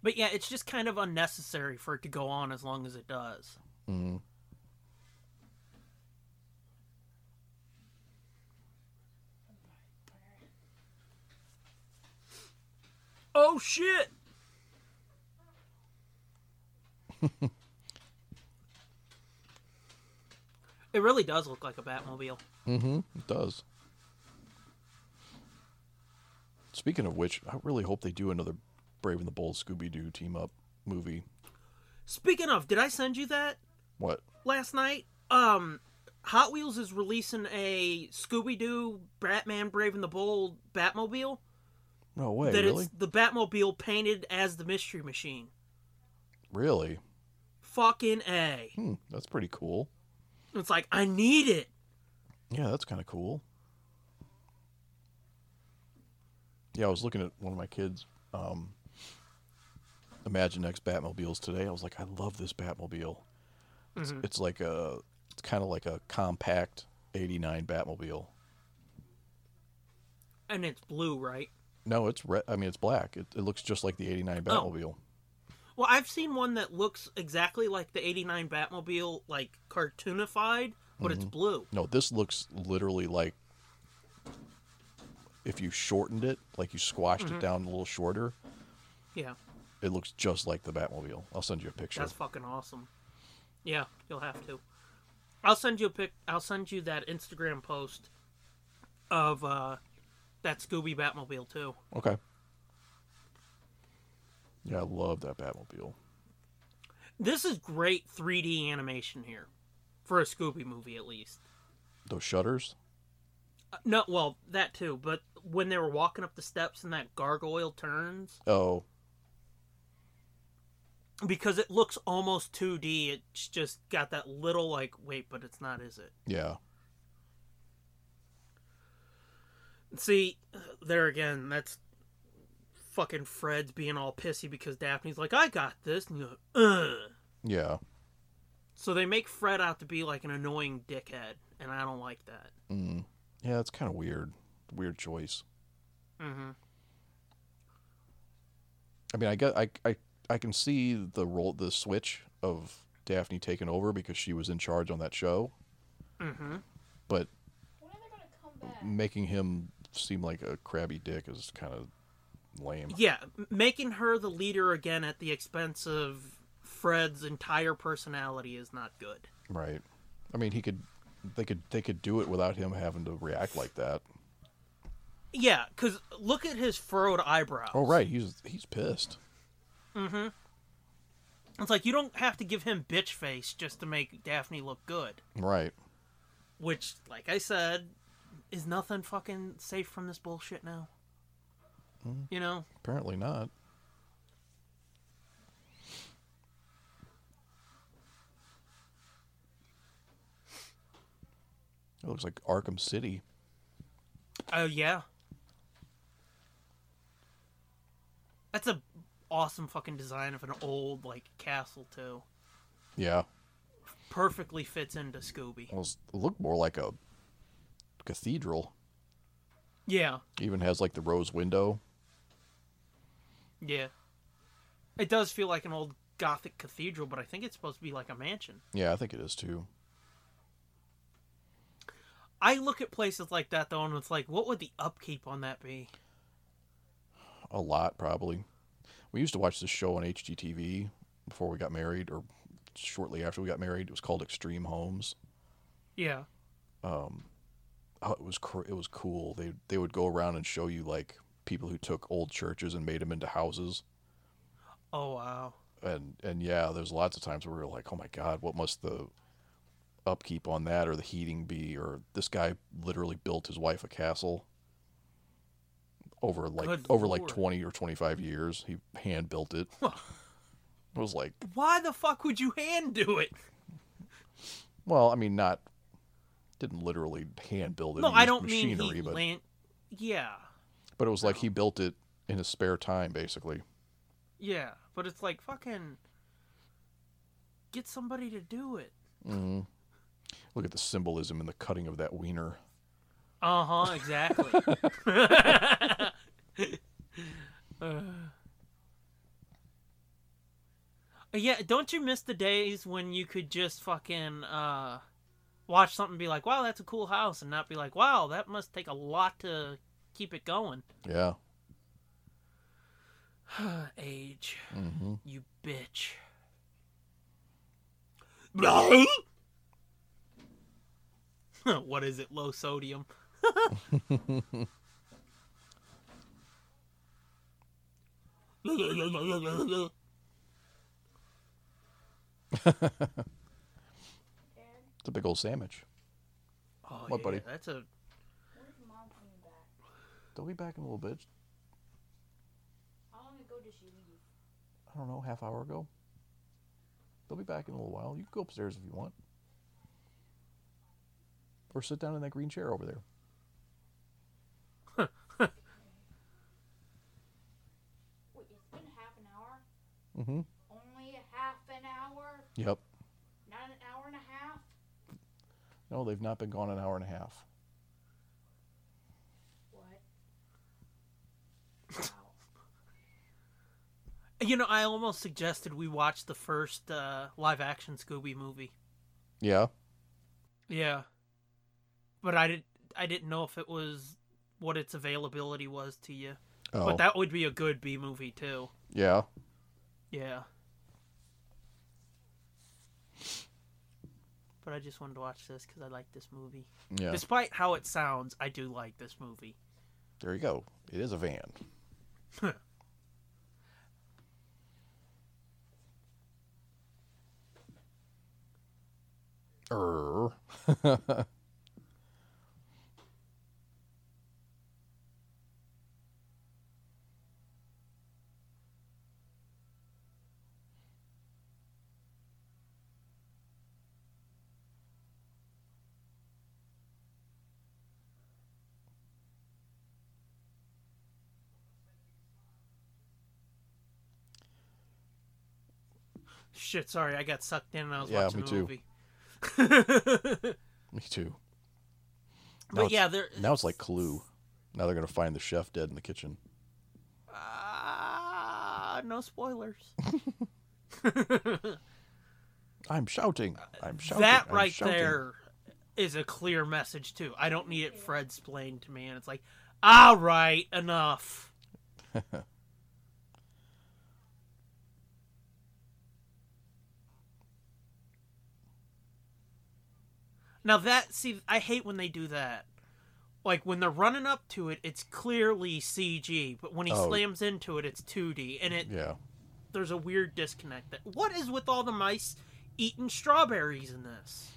S2: But yeah, it's just kind of unnecessary for it to go on as long as it does.
S3: Mm.
S2: Oh shit! it really does look like a Batmobile.
S3: Mm-hmm. It does. Speaking of which, I really hope they do another Brave and the Bold Scooby Doo team up movie.
S2: Speaking of, did I send you that
S3: What?
S2: last night? Um, Hot Wheels is releasing a Scooby Doo, Batman, Brave and the Bold Batmobile.
S3: No way,
S2: that
S3: really?
S2: it's the Batmobile painted as the Mystery Machine.
S3: Really?
S2: Fucking a!
S3: Hmm, that's pretty cool.
S2: It's like I need it.
S3: Yeah, that's kind of cool. Yeah, I was looking at one of my kids' um, Imagine Next Batmobiles today. I was like, I love this Batmobile. It's, it's like a, it's kind of like a compact '89 Batmobile.
S2: And it's blue, right?
S3: No, it's red. I mean, it's black. It, it looks just like the '89 Batmobile.
S2: Well, I've seen one that looks exactly like the 89 Batmobile, like cartoonified, but
S3: Mm-hmm.
S2: it's blue.
S3: No, this looks literally like if you shortened it, like you squashed it down a little shorter.
S2: Yeah,
S3: It looks just like the Batmobile. I'll send you a picture.
S2: that's fucking awesome. Yeah, you'll have to. I'll send you a pic. I'll send you that Instagram post of uh, that Scooby Batmobile too.
S3: Okay. Yeah, I love that Batmobile.
S2: This is great 3D animation here for a Scooby movie, at least.
S3: Those shutters.
S2: Uh, No, well, that too. But when they were walking up the steps and that gargoyle turns,
S3: Oh,
S2: because it looks almost 2D, it's just got that little like, wait, but it's not, is it?
S3: yeah.
S2: See, there again, that's fucking Fred's being all pissy because Daphne's like, I got this, and you go, ugh.
S3: Yeah.
S2: So they make Fred out to be like an annoying dickhead, and I don't like that.
S3: Mm. Yeah, it's kind of weird. Weird choice.
S2: Mm-hmm.
S3: I mean, I get, I, I, I can see the role, the switch of Daphne taking over because she was in charge on that show,
S2: Mm-hmm.
S3: but
S4: When are they gonna come back?
S3: making him seem like a crabby dick is kind of lame.
S2: Yeah, m- making her the leader again at the expense of Fred's entire personality is not good.
S3: Right. I mean, he could, they could, they could do it without him having to react like that.
S2: Yeah, because look at his furrowed eyebrows.
S3: Oh, right. He's he's pissed.
S2: It's like you don't have to give him bitch face just to make Daphne look good,
S3: Right.
S2: which, like I said, is nothing fucking safe from this bullshit now. You know?
S3: Apparently not. It looks like Arkham City.
S2: Oh, yeah. That's a awesome fucking design of an old, like, castle, too.
S3: Yeah.
S2: Perfectly fits into Scooby.
S3: Well, it's- it looked more like a cathedral.
S2: Yeah,
S3: Even has like the rose window.
S2: yeah. It does feel like an old gothic cathedral, but I think it's supposed to be like a mansion.
S3: Yeah, I think it is too.
S2: I look at places like that though, and it's like, what would the upkeep on that be?
S3: A lot probably. We used to watch this show on HGTV before we got married, or shortly after we got married. It was called Extreme Homes.
S2: Yeah.
S3: oh, it was cr- it was cool. They they would go around and show you like people who took old churches and made them into houses.
S2: Oh wow.
S3: And and yeah, there's lots of times where we were like, oh my god, what must the upkeep on that or the heating be? Or this guy literally built his wife a castle over like
S2: Good
S3: over like
S2: lord.
S3: 20 or 25 years. He hand built it. it was like,
S2: Why the fuck would you hand do it?
S3: well, I mean, not didn't literally hand build it.
S2: No,
S3: he
S2: I
S3: used
S2: don't mean
S3: machinery,
S2: he
S3: but
S2: land. Yeah,
S3: but it was like he built it in his spare time, basically.
S2: yeah, but it's like fucking get somebody to do it.
S3: Mm-hmm. Look at the symbolism in the cutting of that wiener.
S2: Uh huh. Exactly. Uh. yeah. Don't you miss the days when you could just fucking uh, watch something and be like, "Wow, that's a cool house," and not be like, "Wow, that must take a lot to keep it going."
S3: Yeah.
S2: Age,
S3: Mm-hmm.
S2: you bitch. what is it? Low sodium. Oh,
S3: It's a big old sandwich.
S2: Oh,
S3: What,
S2: yeah,
S3: buddy?
S2: That's a
S4: Where's mom coming back?
S3: They'll be back in a little bit.
S4: How long ago did she leave?
S3: I don't know, half hour ago. They'll be back in a little while. You can go upstairs if you want. Or sit down in that green chair over there.
S4: Wait, it's been half an hour?
S3: Mm-hmm.
S4: Only a half an hour?
S3: Yep.
S4: Not an hour and a half?
S3: No, they've not been gone an hour and a half.
S4: What?
S2: you know I almost suggested we watch the first uh, live action Scooby movie.
S3: Yeah.
S2: Yeah, but I didn't I didn't know if it was what its availability was to you.
S3: Oh.
S2: But that would be a good B movie too.
S3: yeah.
S2: Yeah. But I just wanted to watch this because I like this movie.
S3: Yeah.
S2: Despite how it sounds, I do like this movie.
S3: There you go. It is a van. Err.
S2: Shit, sorry, I got sucked in and I was
S3: Yeah,
S2: watching
S3: me
S2: the
S3: too.
S2: movie.
S3: Me too. Now
S2: but
S3: it's-
S2: yeah, there.
S3: Now it's like Clue. Now they're gonna find the chef dead in the kitchen.
S2: Ah, no spoilers.
S3: I'm shouting. I'm shouting.
S2: that
S3: I'm
S2: right
S3: shouting.
S2: there is a clear message too. I don't need it Fred explained to me, and it's like, all right, enough. now that see, I hate when they do that. Like when they're running up to it, it's clearly CG, but when he
S3: Oh.
S2: slams into it, it's 2D, and it
S3: Yeah.
S2: there's a weird disconnect. That what is with all the mice eating strawberries in this?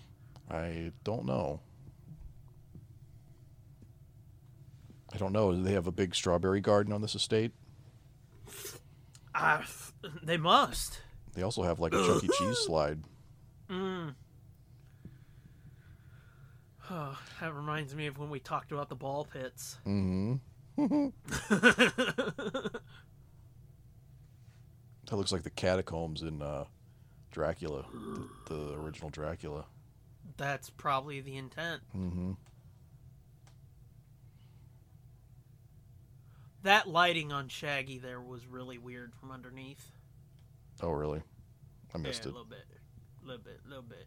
S3: I don't know. I don't know. Do they have a big strawberry garden on this estate?
S2: Ah, f- they must.
S3: They also have like a Chuck E. Cheese slide.
S2: Oh, that reminds me of when we talked about the ball pits.
S3: Mm-hmm. that looks like the catacombs in uh, Dracula, the, the original Dracula.
S2: That's probably the intent.
S3: Mm-hmm.
S2: That lighting on Shaggy there was really weird from underneath.
S3: Oh, really? I
S2: Yeah,
S3: missed
S2: a
S3: it.
S2: little bit, little bit, little bit.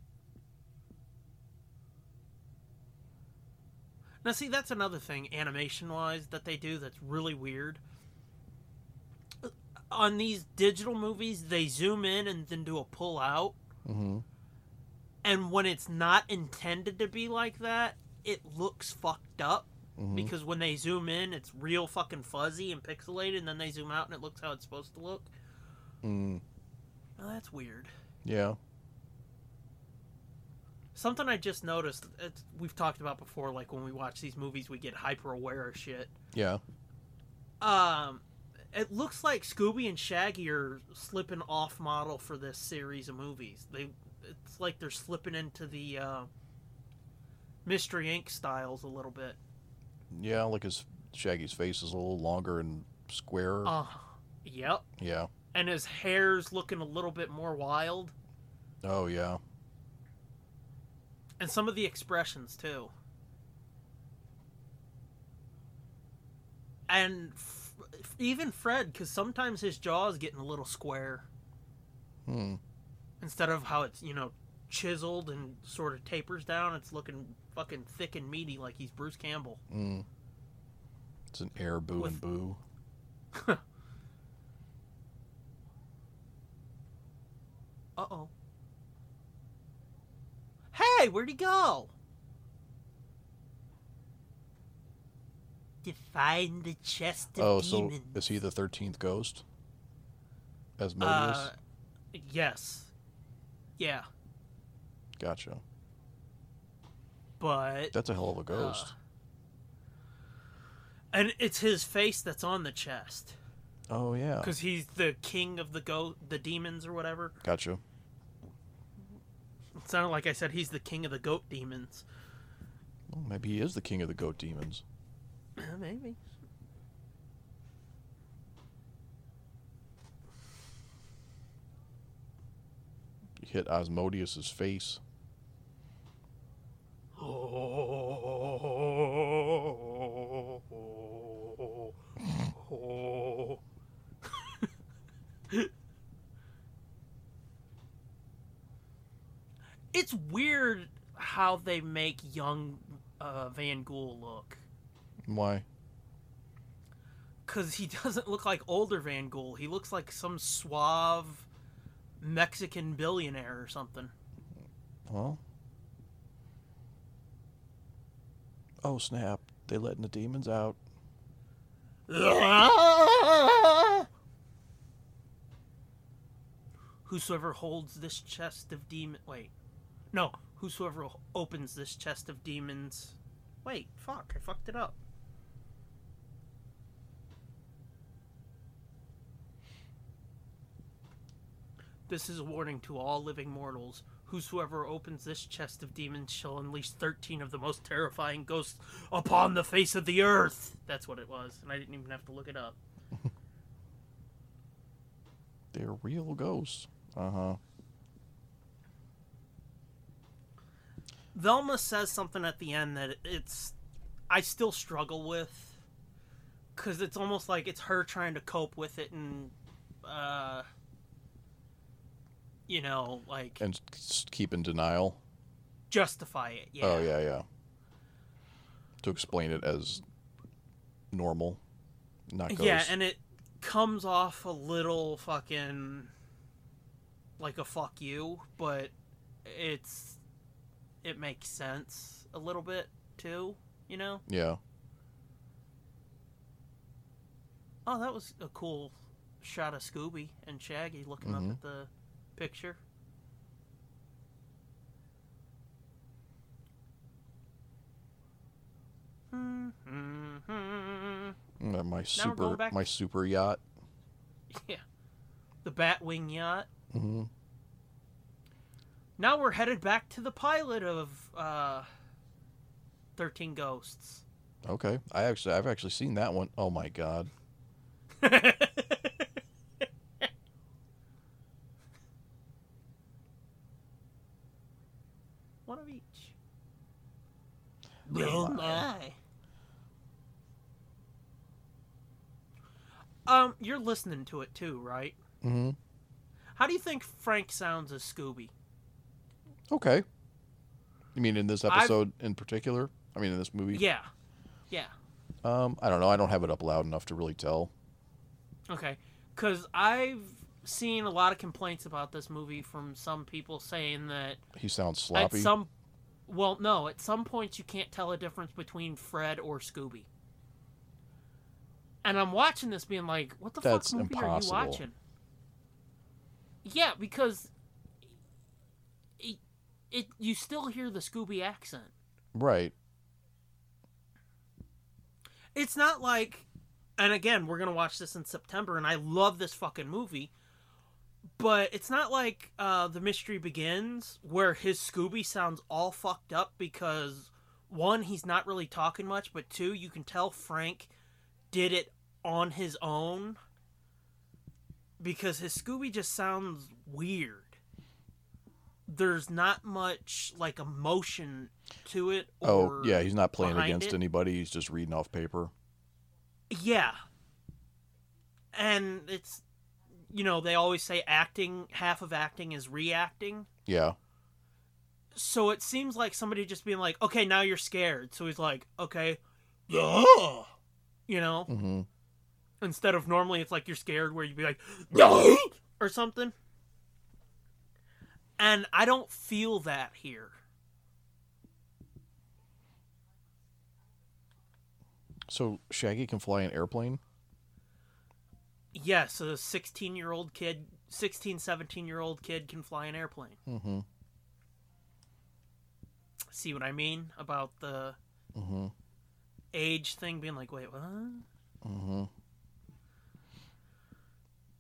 S2: Now, see, that's another thing animation-wise that they do that's really weird. On these digital movies, they zoom in and then do a pull out.
S3: Mm-hmm.
S2: and when it's not intended to be like that, it looks fucked up
S3: hmm
S2: because when they zoom in, it's real fucking fuzzy and pixelated, and then they zoom out and it looks how it's supposed to look.
S3: Mm,
S2: Now, that's weird.
S3: yeah.
S2: Something I just noticed it's, we've talked about before, like when we watch these movies, we get hyper aware of shit.
S3: Yeah.
S2: Um, it looks like Scooby and Shaggy are slipping off model for this series of movies. They, it's like they're slipping into the uh, Mystery Inc. styles a little bit.
S3: Yeah, like his Shaggy's face is a little longer and squarer.
S2: Uh, yep.
S3: yeah.
S2: And his hair's looking a little bit more wild.
S3: Oh yeah.
S2: And some of the expressions, too. And f- even Fred, because sometimes his jaw's getting a little square
S3: Hmm.
S2: instead of how it's, you know, chiseled and sort of tapers down. It's looking fucking thick and meaty like he's Bruce Campbell.
S3: Mm. It's an air boo
S2: With-
S3: and boo.
S2: Uh oh. Hey, where'd he go? To find the chest of
S3: Oh, so
S2: demons.
S3: is he the thirteenth ghost? Asmodeus.
S2: Uh, yes. Yeah,
S3: gotcha.
S2: but
S3: That's a hell of a ghost.
S2: and it's his face that's on the chest
S3: oh yeah.
S2: because he's the king of the go the demons or whatever.
S3: Gotcha.
S2: It sounded like I said he's the king of the goat demons.
S3: Well, maybe he is the king of the goat demons.
S2: Maybe.
S3: You hit Asmodeus's face.
S2: it's weird how they make young uh, Van Gogh look.
S3: Why?
S2: Because he doesn't look like older Van Gogh. He looks like some suave Mexican billionaire or something.
S3: Well. Oh snap! They letting the demons out.
S2: Whosoever holds this chest of demon. Wait. No. Whosoever opens this chest of demons. Wait, fuck. I fucked it up. This is a warning to all living mortals. Whosoever opens this chest of demons shall unleash 13 of the most terrifying ghosts upon the face of the earth. That's what it was, and I didn't even have to look it up.
S3: They're real ghosts. Uh huh.
S2: Velma says something at the end that it's I still struggle with because it's almost like it's her trying to cope with it and uh you know like
S3: And s- keep in denial.
S2: justify it yeah.
S3: Oh yeah, yeah. To explain it as normal, not ghost.
S2: yeah and it comes off a little fucking like a fuck you but it's it makes sense a little bit too you know
S3: yeah.
S2: Oh, that was a cool shot of Scooby and Shaggy looking
S3: Mhm.
S2: up at the picture.
S3: Mm, My
S2: we're going
S3: super,
S2: back-
S3: my super yacht.
S2: Yeah. The Batwing yacht.
S3: hmm
S2: Now we're headed back to the pilot of uh, 13 Ghosts.
S3: Okay, I actually, I've actually seen that one. Oh my god,
S2: One of each. Oh,
S3: Well,
S2: my. Um, you're listening to it too, right?
S3: hmm
S2: How do you think Frank sounds as Scooby?
S3: Okay. You mean in this
S2: I've-
S3: episode in particular? I mean in this movie?
S2: Yeah. Yeah.
S3: Um, I don't know. I don't have it up loud enough to really tell.
S2: Okay. Because I've seen a lot of complaints about this movie from some people saying that
S3: He sounds
S2: at
S3: sloppy.
S2: some. Well, no, at some points you can't tell a difference between Fred or Scooby. And I'm watching this being like, what the
S3: That's
S2: fuck movie
S3: impossible.
S2: are you watching? Yeah, because it, it you still hear the Scooby accent.
S3: Right.
S2: it's not like and again we're gonna watch this in september and i love this fucking movie but it's not like uh, the mystery begins where his scooby sounds all fucked up because one, he's not really talking much, but two, you can tell Frank did it on his own because his Scooby just sounds weird. There's not much like emotion to it.
S3: Oh
S2: or
S3: yeah, he's not playing
S2: behind
S3: against
S2: it.
S3: anybody. He's just reading off paper.
S2: Yeah. And it's, you know, they always say acting, half of acting is reacting.
S3: Yeah,
S2: So it seems like somebody just being like, okay, now you're scared. So he's like, okay, yeah. You know,
S3: hmm
S2: instead of normally it's like you're scared where you'd be like, "Yeah," or something. And I don't feel that here.
S3: So Shaggy can fly an airplane.
S2: Yes, a 16 year old kid, 16, 17 year old kid can fly an airplane.
S3: Mm-hmm.
S2: See what I mean about the
S3: Mm-hmm.
S2: age thing being like, wait, what?
S3: Mm-hmm.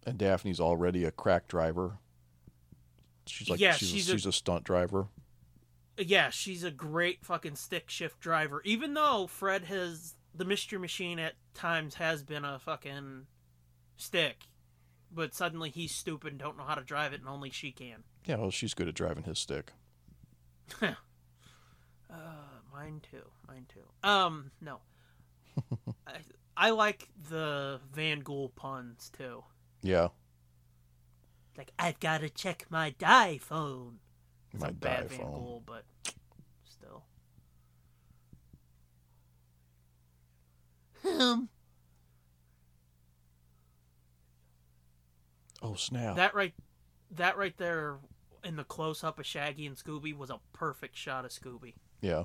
S3: And Daphne's already a crack driver. She's like
S2: Yeah,
S3: she's,
S2: she's
S3: a,
S2: a-
S3: she's a stunt driver.
S2: Yeah, she's a great fucking stick shift driver. Even though Fred has the mystery machine at times has been a fucking stick, but suddenly he's stupid and don't know how to drive it, and only she can.
S3: Yeah, well, she's good at driving his stick.
S2: Uh, mine too. Mine too. Um, no. I, I like the Van Gool puns too.
S3: Yeah,
S2: Like I've got to check my die phone. It's
S3: my
S2: a bad
S3: dive
S2: Van
S3: phone.
S2: Gool, but still. Um,
S3: Oh snap!
S2: that right, that right there in the close up of Shaggy and Scooby was a perfect shot of Scooby.
S3: yeah,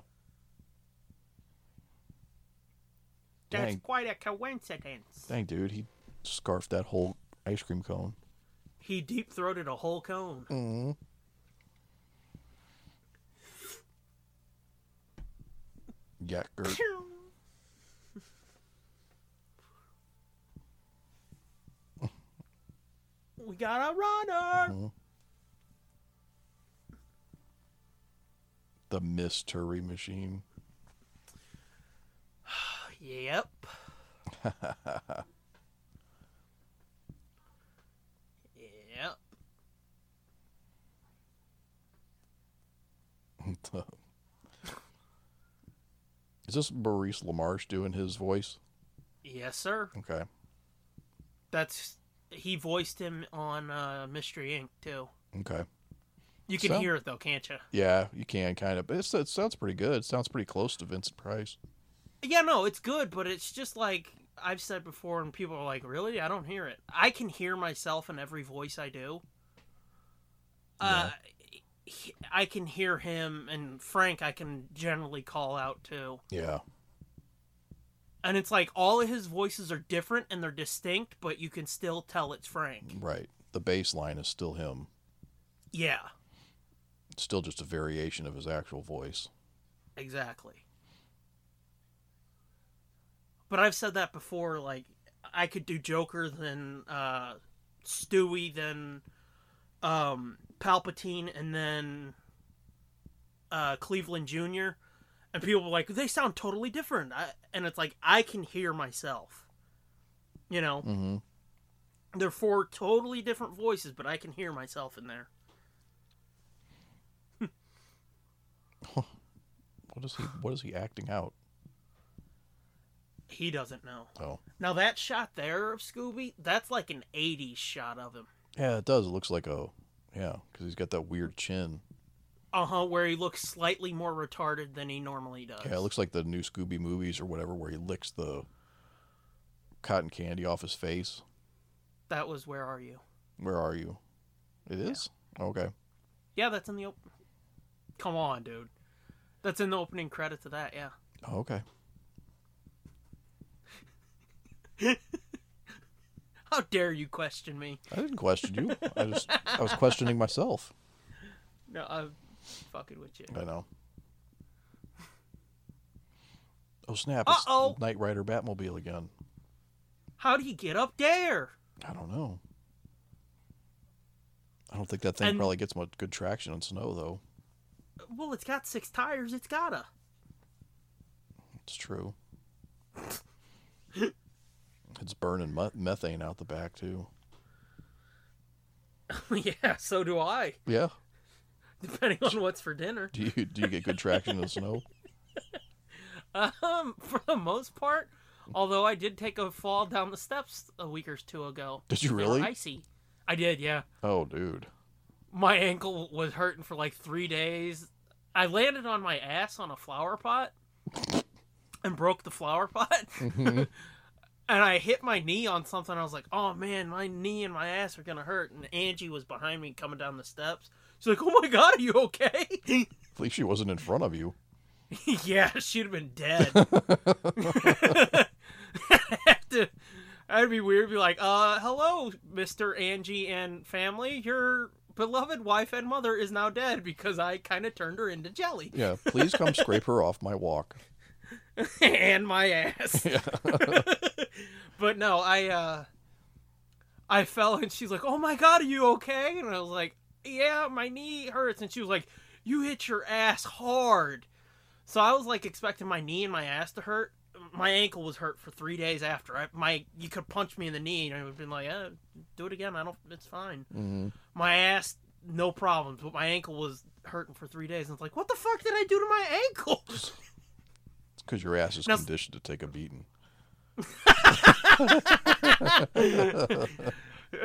S2: That's
S3: Dang.
S2: quite a coincidence.
S3: dang dude, he scarfed that whole ice cream cone.
S2: He deep throated a whole cone.
S3: Mm-hmm. Yeah, Gert.
S2: we got a runner.
S3: Mhm. the mystery machine.
S2: Yep. yep.
S3: Is this Maurice LaMarche doing his voice?
S2: Yes, sir.
S3: Okay.
S2: That's he voiced him on uh, Mystery Inc. too.
S3: Okay.
S2: You can
S3: So?
S2: hear it though, can't you?
S3: Yeah, you can kind of. But it's, it sounds pretty good. It sounds pretty close to Vincent Price.
S2: Yeah, no, it's good, but it's just like I've said before, and people are like, "Really? I don't hear it." I can hear myself in every voice I do. Uh, he- I can hear him and Frank. I can generally call out too.
S3: Yeah.
S2: and it's like all of his voices are different and they're distinct, but you can still tell it's Frank.
S3: Right. The bass line is still him.
S2: Yeah,
S3: It's still just a variation of his actual voice.
S2: exactly. But I've said that before. Like I could do Joker, then uh, Stewie, then um, Palpatine, and then uh, Cleveland Jr. And people were like, they sound totally different. I, and it's like I can hear myself. You know.
S3: Mm-hmm.
S2: They're four totally different voices, but I can hear myself in there.
S3: What is he? What is he acting out?
S2: He doesn't know.
S3: Oh,
S2: Now that shot there of Scooby, that's like an '80s shot of him.
S3: yeah, it does. It looks like a yeah, because he's got that weird chin.
S2: Uh huh. Where he looks slightly more retarded than he normally does.
S3: Yeah, it looks like the new Scooby movies or whatever, where he licks the cotton candy off his face.
S2: That was where are you?
S3: Where are you? It is okay.
S2: Yeah, that's in the open. Come on, dude. That's in the opening credit to that. Yeah.
S3: Oh, okay.
S2: How dare you question me?
S3: I didn't question you. I just I was questioning myself.
S2: No, I'm fucking with you.
S3: I know. Oh snap! It's
S2: Uh-oh.
S3: Knight Rider Batmobile again.
S2: How do you get up there?
S3: I don't know. I don't think that thing
S2: And-
S3: probably gets much good traction on snow though.
S2: Well, it's got six tires. It's gotta.
S3: It's true. it's burning mu- methane out the back too.
S2: yeah, so do I.
S3: Yeah.
S2: Depending on what's for dinner.
S3: Do you do you get good traction in the snow?
S2: Um, for the most part, although I did take a fall down the steps a week or two ago.
S3: Did you
S2: They were
S3: really?
S2: Icy. I did, yeah.
S3: Oh, dude.
S2: My ankle was hurting for like three days. I landed on my ass on a flower pot and broke the flower pot.
S3: Mhm.
S2: and I hit my knee on something. I was like, oh man, my knee and my ass are going to hurt. And Angie was behind me coming down the steps. She's like, oh my God, are you okay?
S3: At least she wasn't in front of you.
S2: yeah, she'd have been dead. Have to- That'd be weird. Be like, uh, hello, Mister Angie and family. Your beloved wife and mother is now dead because I kind of turned her into jelly
S3: Yeah. Please come scrape her off my walk.
S2: and my ass. but no, I uh, I fell and she's like, oh my god, are you okay? And I was like, yeah, my knee hurts. And she was like, you hit your ass hard. So I was like expecting my knee and my ass to hurt. My ankle was hurt for three days after. I, my you could punch me in the knee and I would have been like, eh, do it again. I don't. It's fine.
S3: Mhm.
S2: My ass, no problems, but my ankle was hurting for three days. And it's like, what the fuck did I do to my ankle?
S3: It's because your ass is
S2: Now-
S3: conditioned to take a beating.
S2: uh,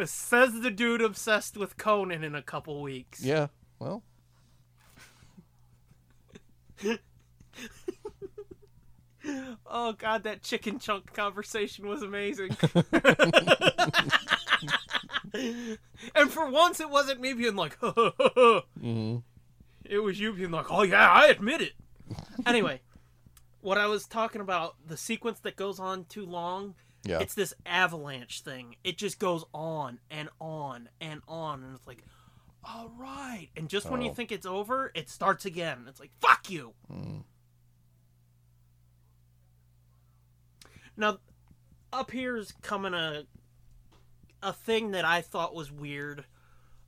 S2: Says the dude obsessed with Conan in a couple weeks.
S3: Yeah. Well,
S2: Oh god, that chicken chunk conversation was amazing. and for once, it wasn't me being like,
S3: mm-hmm,
S2: it was you being like, oh yeah, I admit it. anyway, what I was talking about, the sequence that goes on too long,
S3: yeah.
S2: it's this avalanche thing. It just goes on and on and on, and it's like, all right. And just when you
S3: Oh.
S2: think it's over, it starts again. It's like, fuck you.
S3: Mm.
S2: Now, up here's coming a a thing that I thought was weird,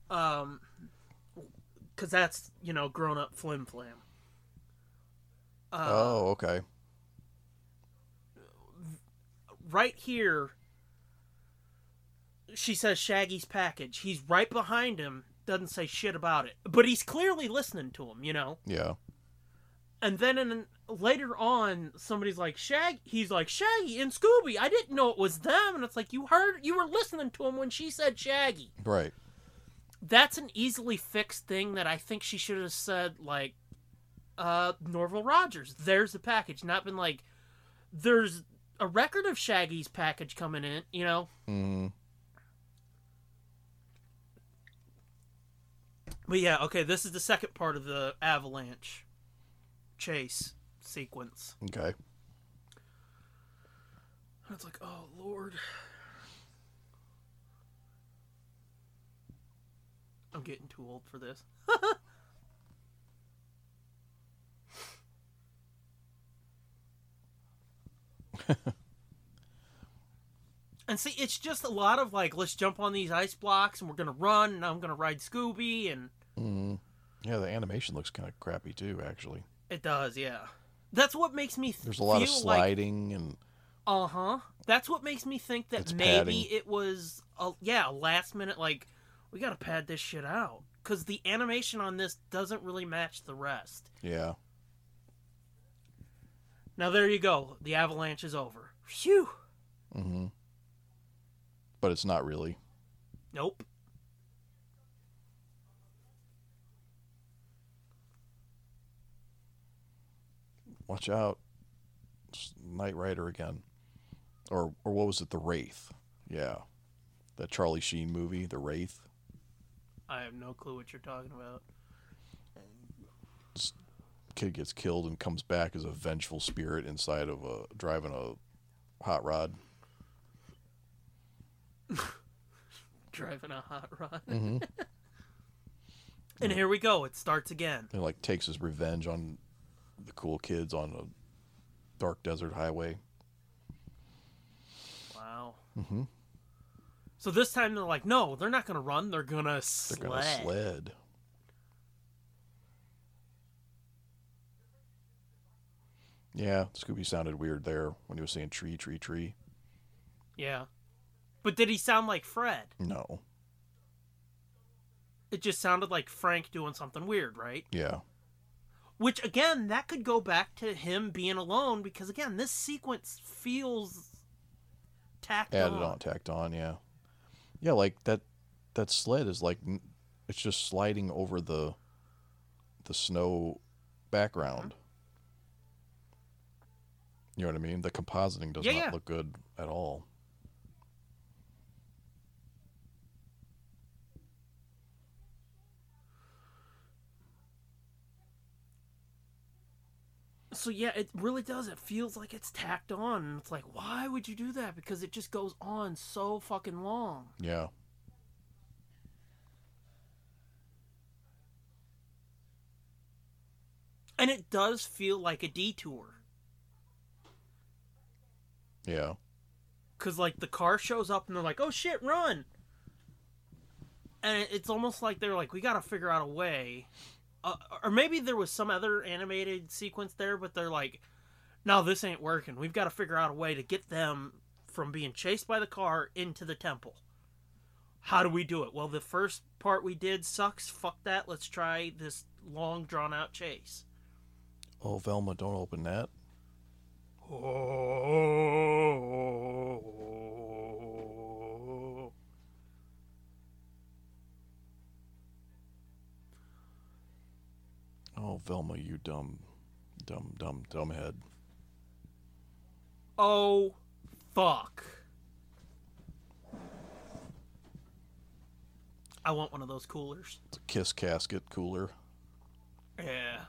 S2: um, because that's you know grown up flim flam. Uh,
S3: oh, okay.
S2: right here she says shaggy's package he's right behind him doesn't say shit about it but he's clearly listening to him you know
S3: Yeah.
S2: and then in, later on somebody's like shag he's like shaggy and scooby i didn't know it was them and it's like you heard you were listening to him when she said shaggy
S3: Right.
S2: that's an easily fixed thing that I think she should have said like uh Norval Rogers, there's the package, not been like there's a record of Shaggy's package coming in, you know.
S3: Mm.
S2: But yeah, okay, this is the second part of the avalanche chase sequence.
S3: Okay.
S2: And it's like, oh lord. I'm getting too old for this. and see, it's just a lot of like, let's jump on these ice blocks and we're gonna run and I'm gonna ride Scooby and
S3: Mm. Yeah. The animation looks kind of crappy too. Actually,
S2: it does, yeah. That's what makes me th-
S3: there's a lot of
S2: feel like-
S3: sliding and
S2: Uh huh. That's what makes me think that
S3: It's
S2: maybe
S3: padding.
S2: it was a yeah a last minute like we gotta pad this shit out because the animation on this doesn't really match the rest.
S3: yeah.
S2: Now there you go. The avalanche is over. Phew.
S3: Mm-hmm. But it's not really.
S2: Nope.
S3: Watch out. It's Knight Rider again. Or or what was it? The Wraith. Yeah. That Charlie Sheen movie, The Wraith.
S2: I have no clue what you're talking about.
S3: Kid gets killed and comes back as a vengeful spirit inside of a driving a hot rod.
S2: Driving a hot rod.
S3: Mm-hmm.
S2: And here we go. It starts again.
S3: and like takes his revenge on the cool kids on a dark desert highway.
S2: Wow.
S3: Mhm.
S2: So this time they're like, no, they're not gonna run. They're gonna
S3: They're
S2: sled.
S3: gonna sled. Yeah, Scooby sounded weird there when he was saying tree, tree, tree.
S2: Yeah. But did he sound like Fred?
S3: No.
S2: It just sounded like Frank doing something weird, right?
S3: Yeah.
S2: Which again, that could go back to him being alone because again, this sequence feels tacked
S3: Added
S2: on.
S3: on, tacked on. Yeah. Yeah, like that. That sled is like n- it's just sliding over the the snow background. You know what I mean? The compositing does
S2: Yeah,
S3: not
S2: yeah.
S3: look good at all.
S2: So yeah, it really does. It feels like it's tacked on. And it's like, why would you do that? Because it just goes on so fucking long.
S3: Yeah.
S2: And it does feel like a detour.
S3: Yeah.
S2: Cause like the car shows up and they're like, "Oh shit, run!" And it- it's almost like they're like, "We got to figure out a way," uh, or maybe there was some other animated sequence there, but they're like, "No, this ain't working. We've got to figure out a way to get them from being chased by the car into the temple." How do we do it? Well, the first part we did sucks. Fuck that. Let's try this long, drawn out chase.
S3: Oh, Velma, don't open that. Oh, Velma, you dumb, dumb, dumb, dumbhead.
S2: Oh, fuck. I want one of those coolers.
S3: It's a kiss casket cooler.
S2: Yeah.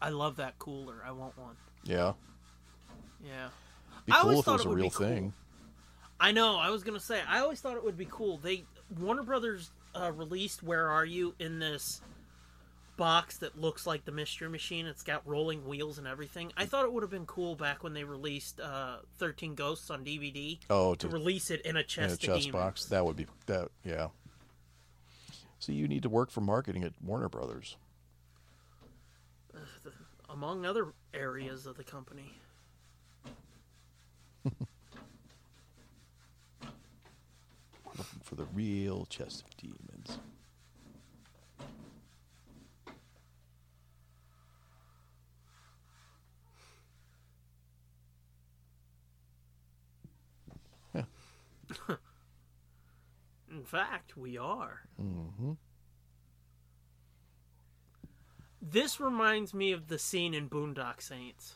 S2: I love that cooler. I want one.
S3: Yeah.
S2: Yeah.
S3: Be
S2: I
S3: cool
S2: always
S3: if it
S2: thought
S3: was
S2: it
S3: a
S2: would be
S3: real
S2: cool.
S3: thing.
S2: I know. I was gonna say. I always thought it would be cool. They Warner Brothers uh, released "Where Are You" in this box that looks like the Mystery Machine. It's got rolling wheels and everything. I thought it would have been cool back when they released uh, Thirteen Ghosts on DVD
S3: Oh,
S2: to
S3: to,
S2: release it in a
S3: in a
S2: chest. of
S3: chest
S2: demons.
S3: box. That would be that. Yeah. See, you need to work for marketing at Warner Brothers.
S2: among other areas of the company.
S3: for the real chest of demons.
S2: In fact, we are.
S3: Mm-hmm.
S2: This reminds me of the scene in Boondock Saints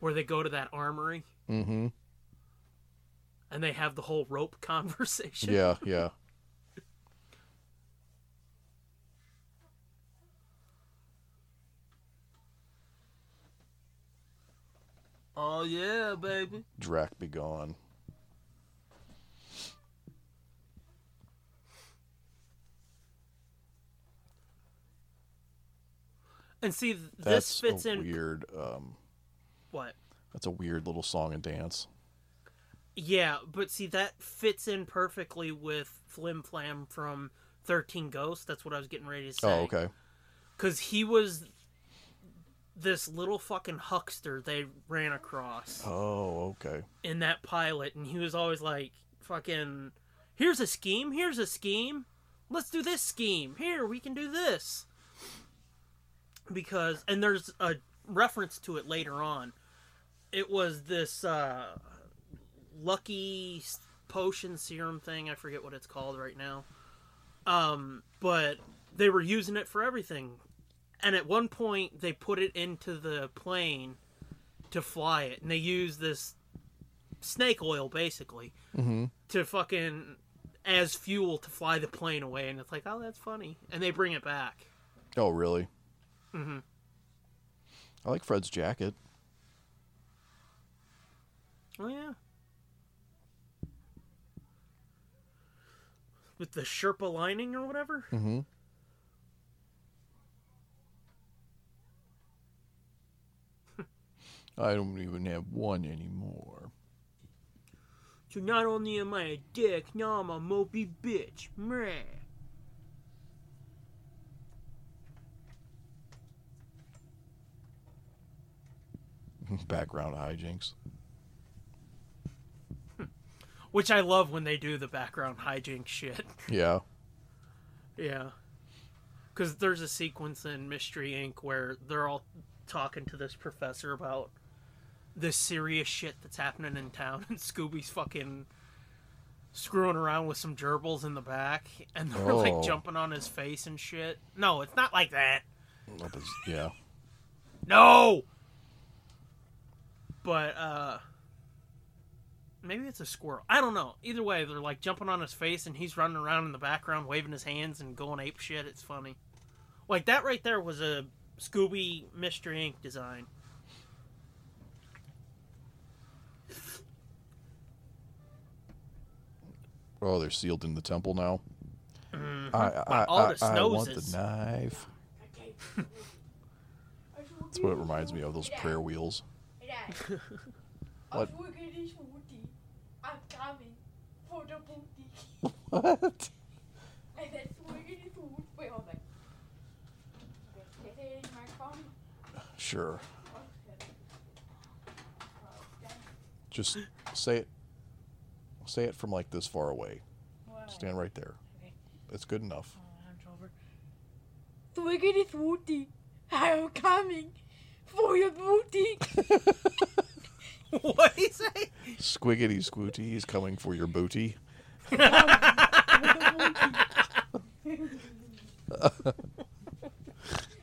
S2: where they go to that armory
S3: Mm-hmm.
S2: and they have the whole rope conversation.
S3: Yeah, yeah.
S2: Oh yeah, baby.
S3: Drac be gone.
S2: And see, th- this
S3: That's
S2: fits
S3: a
S2: in
S3: weird. Um,
S2: what?
S3: that's a weird little song and dance.
S2: Yeah, but see, that fits in perfectly with Flim Flam from Thirteen Ghosts. That's what I was getting ready to say.
S3: Oh, okay.
S2: because he was this little fucking huckster they ran across
S3: Oh, okay.
S2: in that pilot, and he was always like, fucking, here's a scheme, here's a scheme, let's do this scheme, here, we can do this. Because, and there's a reference to it later on. It was this uh, lucky s- potion serum thing, I forget what it's called right now. Um, but they were using it for everything. And at one point, they put it into the plane to fly it, and they used this snake oil basically to fucking as fuel to fly the plane away and it's like oh that's funny and they bring it back
S3: Oh, really? Mm-hmm. I like Fred's jacket.
S2: oh yeah with the sherpa lining or whatever
S3: Mm-hmm. I don't even have one anymore.
S2: so not only am i a dick now i'm a mopey bitch Meh.
S3: background hijinks.
S2: Which I love when they do the background hijink shit.
S3: Yeah.
S2: Yeah. Because there's a sequence in Mystery Inc. where they're all talking to this professor about the serious shit that's happening in town, and Scooby's fucking screwing around with some gerbils in the back, and they're
S3: Oh.
S2: like jumping on his face and shit. No, it's not like that.
S3: That is- Yeah.
S2: No! But, uh. Maybe it's a squirrel. I don't know. Either way, they're like jumping on his face and he's running around in the background waving his hands and going ape shit. It's funny. Like, that right there was a Scooby Mystery Inc. design.
S3: Oh, they're sealed in the temple now. I, I,
S2: Mm-hmm. all
S3: I,
S2: the
S3: I want
S2: snozes.
S3: the knife. That's what it reminds me of those prayer wheels. What?
S5: What? I'm coming for the booty.
S3: What?
S5: And that's where it is. Wait, hold on. Get it in my phone.
S3: Sure. Just say it. Say it from like this far away. Stand right there. It's good enough.
S5: Swiggity swooty, I am coming for your booty.
S2: what do you say?
S3: Squiggity squooty is coming for your booty.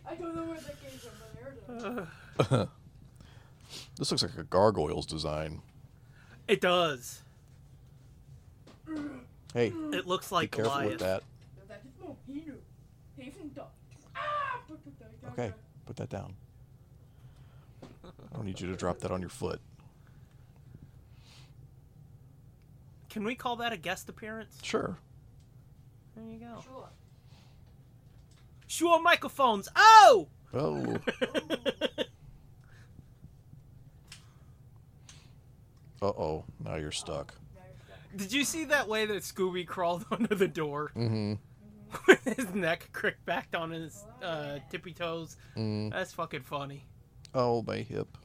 S5: I don't know where that came from, but I heard it.
S3: This looks like a gargoyle's design.
S2: It does.
S3: Hey,
S2: It looks
S3: be
S2: Mm. like
S3: careful
S2: Goliath.
S3: with that.
S5: That is no hero. They even died. Ah! but the die died.
S3: Okay, put that down. I don't need you to drop that on your foot.
S2: Can we call that a guest appearance?
S3: Sure.
S2: There you go.
S5: Sure.
S2: Sure, microphones. Oh!
S3: Oh. Uh oh. Now you're stuck.
S2: Did you see that way that Scooby crawled under the door?
S3: Mm-hmm.
S2: with his neck cricked back on his uh, tippy toes.
S3: Mm.
S2: That's fucking funny.
S3: Oh, my hip.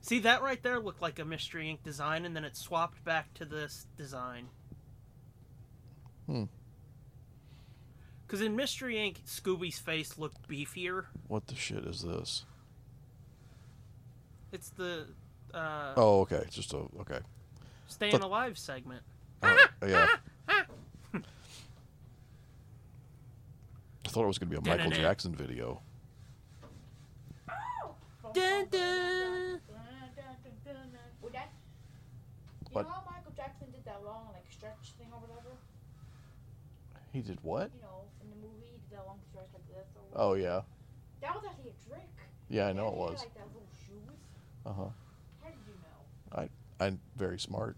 S2: See that right there looked like a Mystery Ink design, and then it swapped back to this design.
S3: Hmm.
S2: Because in Mystery Ink, Scooby's face looked beefier.
S3: What the shit is this?
S2: It's the uh,
S3: Oh, okay. It's just a okay.
S2: staying
S3: but-
S2: alive segment.
S3: Oh, yeah. I thought it was gonna be a Michael
S2: Dun-dun-dun.
S3: Jackson video.
S2: Dun, dun.
S5: Would that? You
S3: What?
S5: know how Michael Jackson did that long like stretch thing or whatever?
S3: He did what?
S5: You know, in the movie, he did that long stretch like this. Or
S3: Oh yeah.
S5: That was actually a trick.
S3: Yeah, I
S5: And
S3: know it
S5: he had,
S3: was.
S5: Like that little shoes.
S3: Uh huh.
S5: How did you know?
S3: I'm very smart.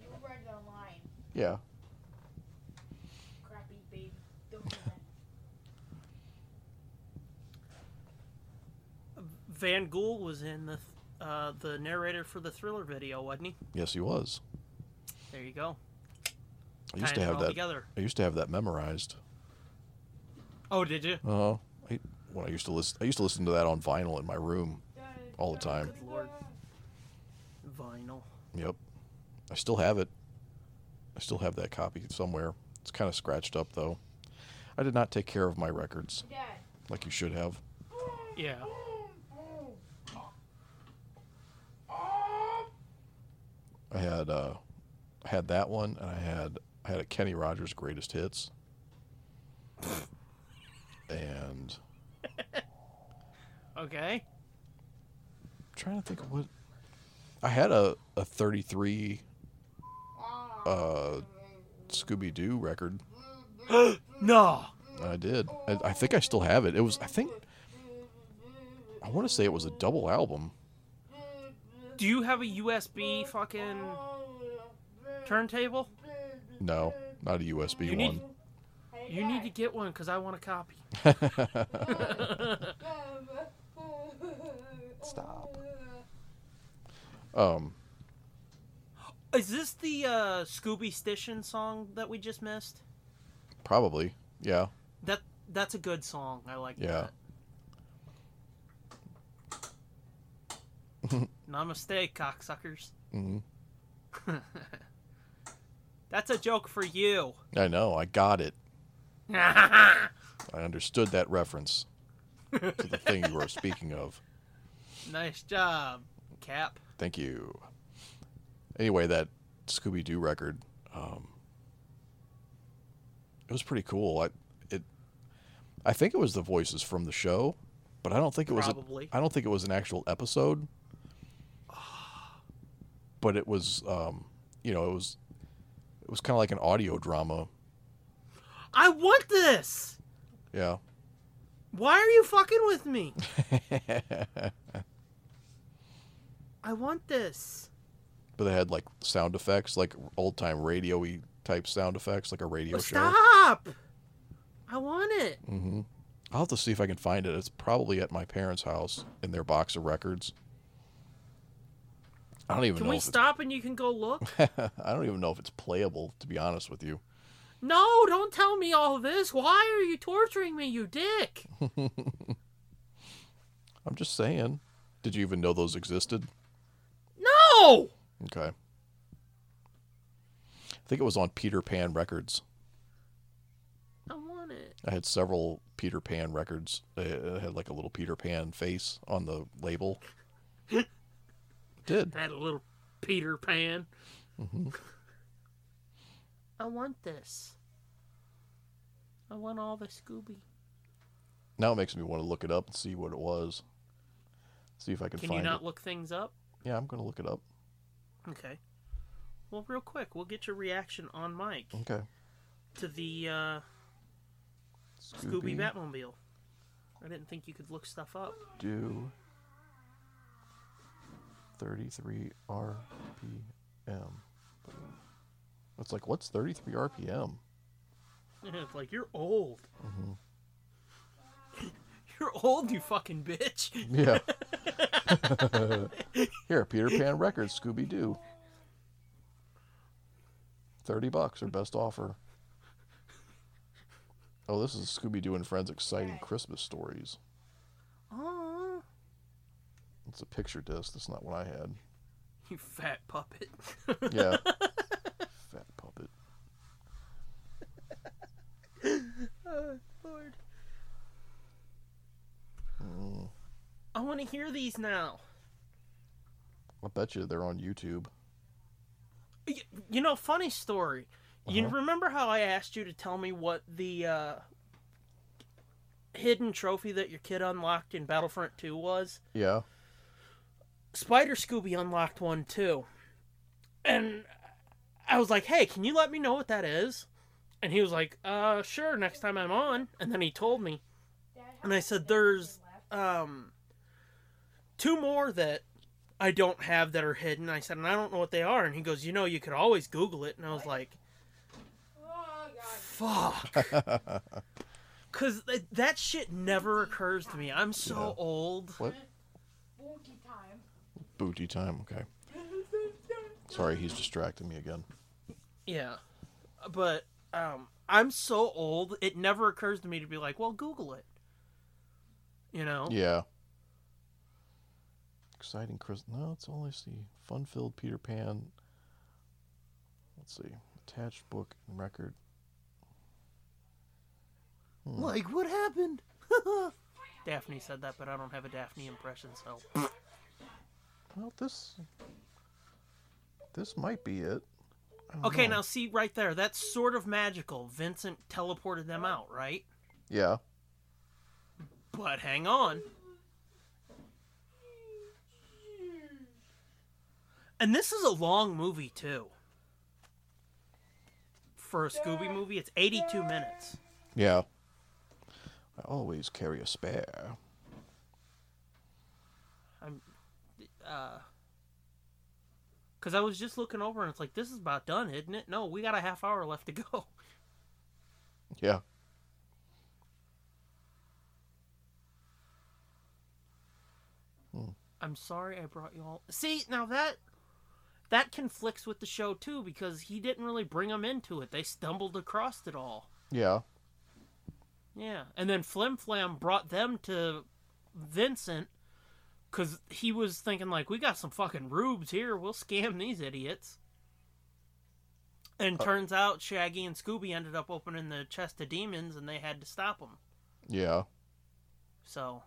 S5: You read it online.
S3: Yeah.
S5: Crappy baby. Don't do that.
S2: Van Gool was in the uh, the narrator for the Thriller video, wasn't he?
S3: Yes, he was.
S2: There you go.
S3: I
S2: Tying it
S3: used to have
S2: all
S3: that.
S2: together.
S3: I used to have that memorized.
S2: Oh, did you?
S3: Uh huh. I, when I used to listen, I used to listen to that on vinyl in my room all the time.
S2: Good lord. Vinyl.
S3: Yep. I still have it. I still have that copy somewhere. It's kind of scratched up though. I did not take care of my records
S5: Dad.
S3: like you should have.
S2: Yeah.
S3: I had uh, I had that one, and I had I had a Kenny Rogers Greatest Hits, and I'm
S2: Okay.
S3: trying to think of what I had a a 33 uh, Scooby Doo record.
S2: No.
S3: I did. I, I think I still have it. It was I think I want to say it was a double album.
S2: Do you have a USB fucking turntable?
S3: No, not a USB
S2: You
S3: one.
S2: need- You need to get one because I want a copy.
S5: Um, uh,
S3: Stop. Um,
S2: Is this the uh, Scooby Station song that we just missed?
S3: probably. Yeah.
S2: That that's a good song. I like
S3: Yeah.
S2: that. Namaste, cocksuckers.
S3: Mm-hmm.
S2: That's a joke for you.
S3: I know. I got it. I understood that reference to the thing you were speaking of.
S2: Nice job, Cap.
S3: Thank you. Anyway, that Scooby Doo record, um, it was pretty cool. I it, I think it was the voices from the show, but I don't think it was.
S2: Probably.
S3: A, I don't think it was an actual episode. But it was, um, you know, it was, it was kind of like an audio drama.
S2: I want this.
S3: Yeah.
S2: Why are you fucking with me? I want this.
S3: but they had like sound effects, like old time radio y type sound effects, like a radio
S2: But
S3: show.
S2: stop. I want it.
S3: I'll have to see if I can find it. It's probably at my parents' house in their box of records. I don't even
S2: Can
S3: know.
S2: we
S3: if it's-
S2: stop and you can go look?
S3: I don't even know if it's playable, to be honest with you.
S2: no, don't tell me all this. Why are you torturing me, you dick?
S3: I'm just saying. Did you even know those existed?
S2: No.
S3: Okay. I think it was on Peter Pan Records.
S2: I want it.
S3: I had several Peter Pan records. They uh, had like a little Peter Pan face on the label. It did.
S2: That little Peter Pan. I want this. I want all the Scooby.
S3: Now it makes me want to look it up and see what it was. See if I can,
S2: Can
S3: find
S2: you not
S3: it.
S2: look things up?
S3: Yeah, I'm going to look it up.
S2: Okay. Well, real quick, we'll get your reaction on Mike
S3: Okay.
S2: to the uh, Scooby Batmobile. I didn't think you could look stuff up.
S3: Do 33 RPM. It's like, what's 33 RPM?
S2: It's like you're old. you're old, you fucking bitch.
S3: Yeah. Here, Peter Pan Records, Scooby Doo. 30 bucks or best offer. Oh, this is Scooby Doo and Friends Exciting Christmas Stories.
S2: Aww.
S3: It's a picture disc. That's not what I had.
S2: You fat puppet.
S3: Yeah. Fat puppet.
S2: Lord. I want to hear these now.
S3: I bet you they're on YouTube.
S2: Y- You know, funny story. You remember how I asked you to tell me what the uh, hidden trophy that your kid unlocked in Battlefront 2 was?
S3: Yeah.
S2: Spider Scooby unlocked one too. And I was like, hey, can you let me know what that is? And he was like, uh, sure, next time I'm on. And then he told me. And I said, there's um, two more that I don't have that are hidden. I said, and I don't know what they are. And he goes, you know, you could always Google it. And I was like,
S5: Oh, God.
S2: fuck. Because that shit never occurs to me. I'm so
S3: Yeah.
S2: old.
S3: What?
S5: Bonky time.
S3: Booty time. Okay. Sorry, he's distracting me again.
S2: Yeah. But um I'm so old it never occurs to me to be like, well, Google it. You know?
S3: Yeah. Exciting Chris. No, it's only let's see fun filled Peter Pan. Let's see. Attached book and record.
S2: Like what happened? Daphne said that, but I don't have a Daphne impression, so
S3: Well, this. This might be it. I don't
S2: Okay,
S3: know.
S2: now see right there, that's sort of magical. Vincent teleported them out, right?
S3: Yeah.
S2: But hang on. And this is a long movie too. For a Scooby movie, it's 82 minutes.
S3: Yeah. I always carry a spare.
S2: I'm, uh, because I was just looking over and it's like, this is about done, isn't it? No, we got a half hour left to go.
S3: Yeah.
S2: I'm sorry I brought you all. See, now that, that conflicts with the show too because he didn't really bring them into it. They stumbled across it all.
S3: Yeah.
S2: Yeah. And then Flim Flam brought them to Vincent Because he was thinking, like, we got some fucking rubes here. We'll scam these idiots. And turns out Shaggy and Scooby ended up opening the chest of demons and they had to stop them.
S3: Yeah.
S2: So.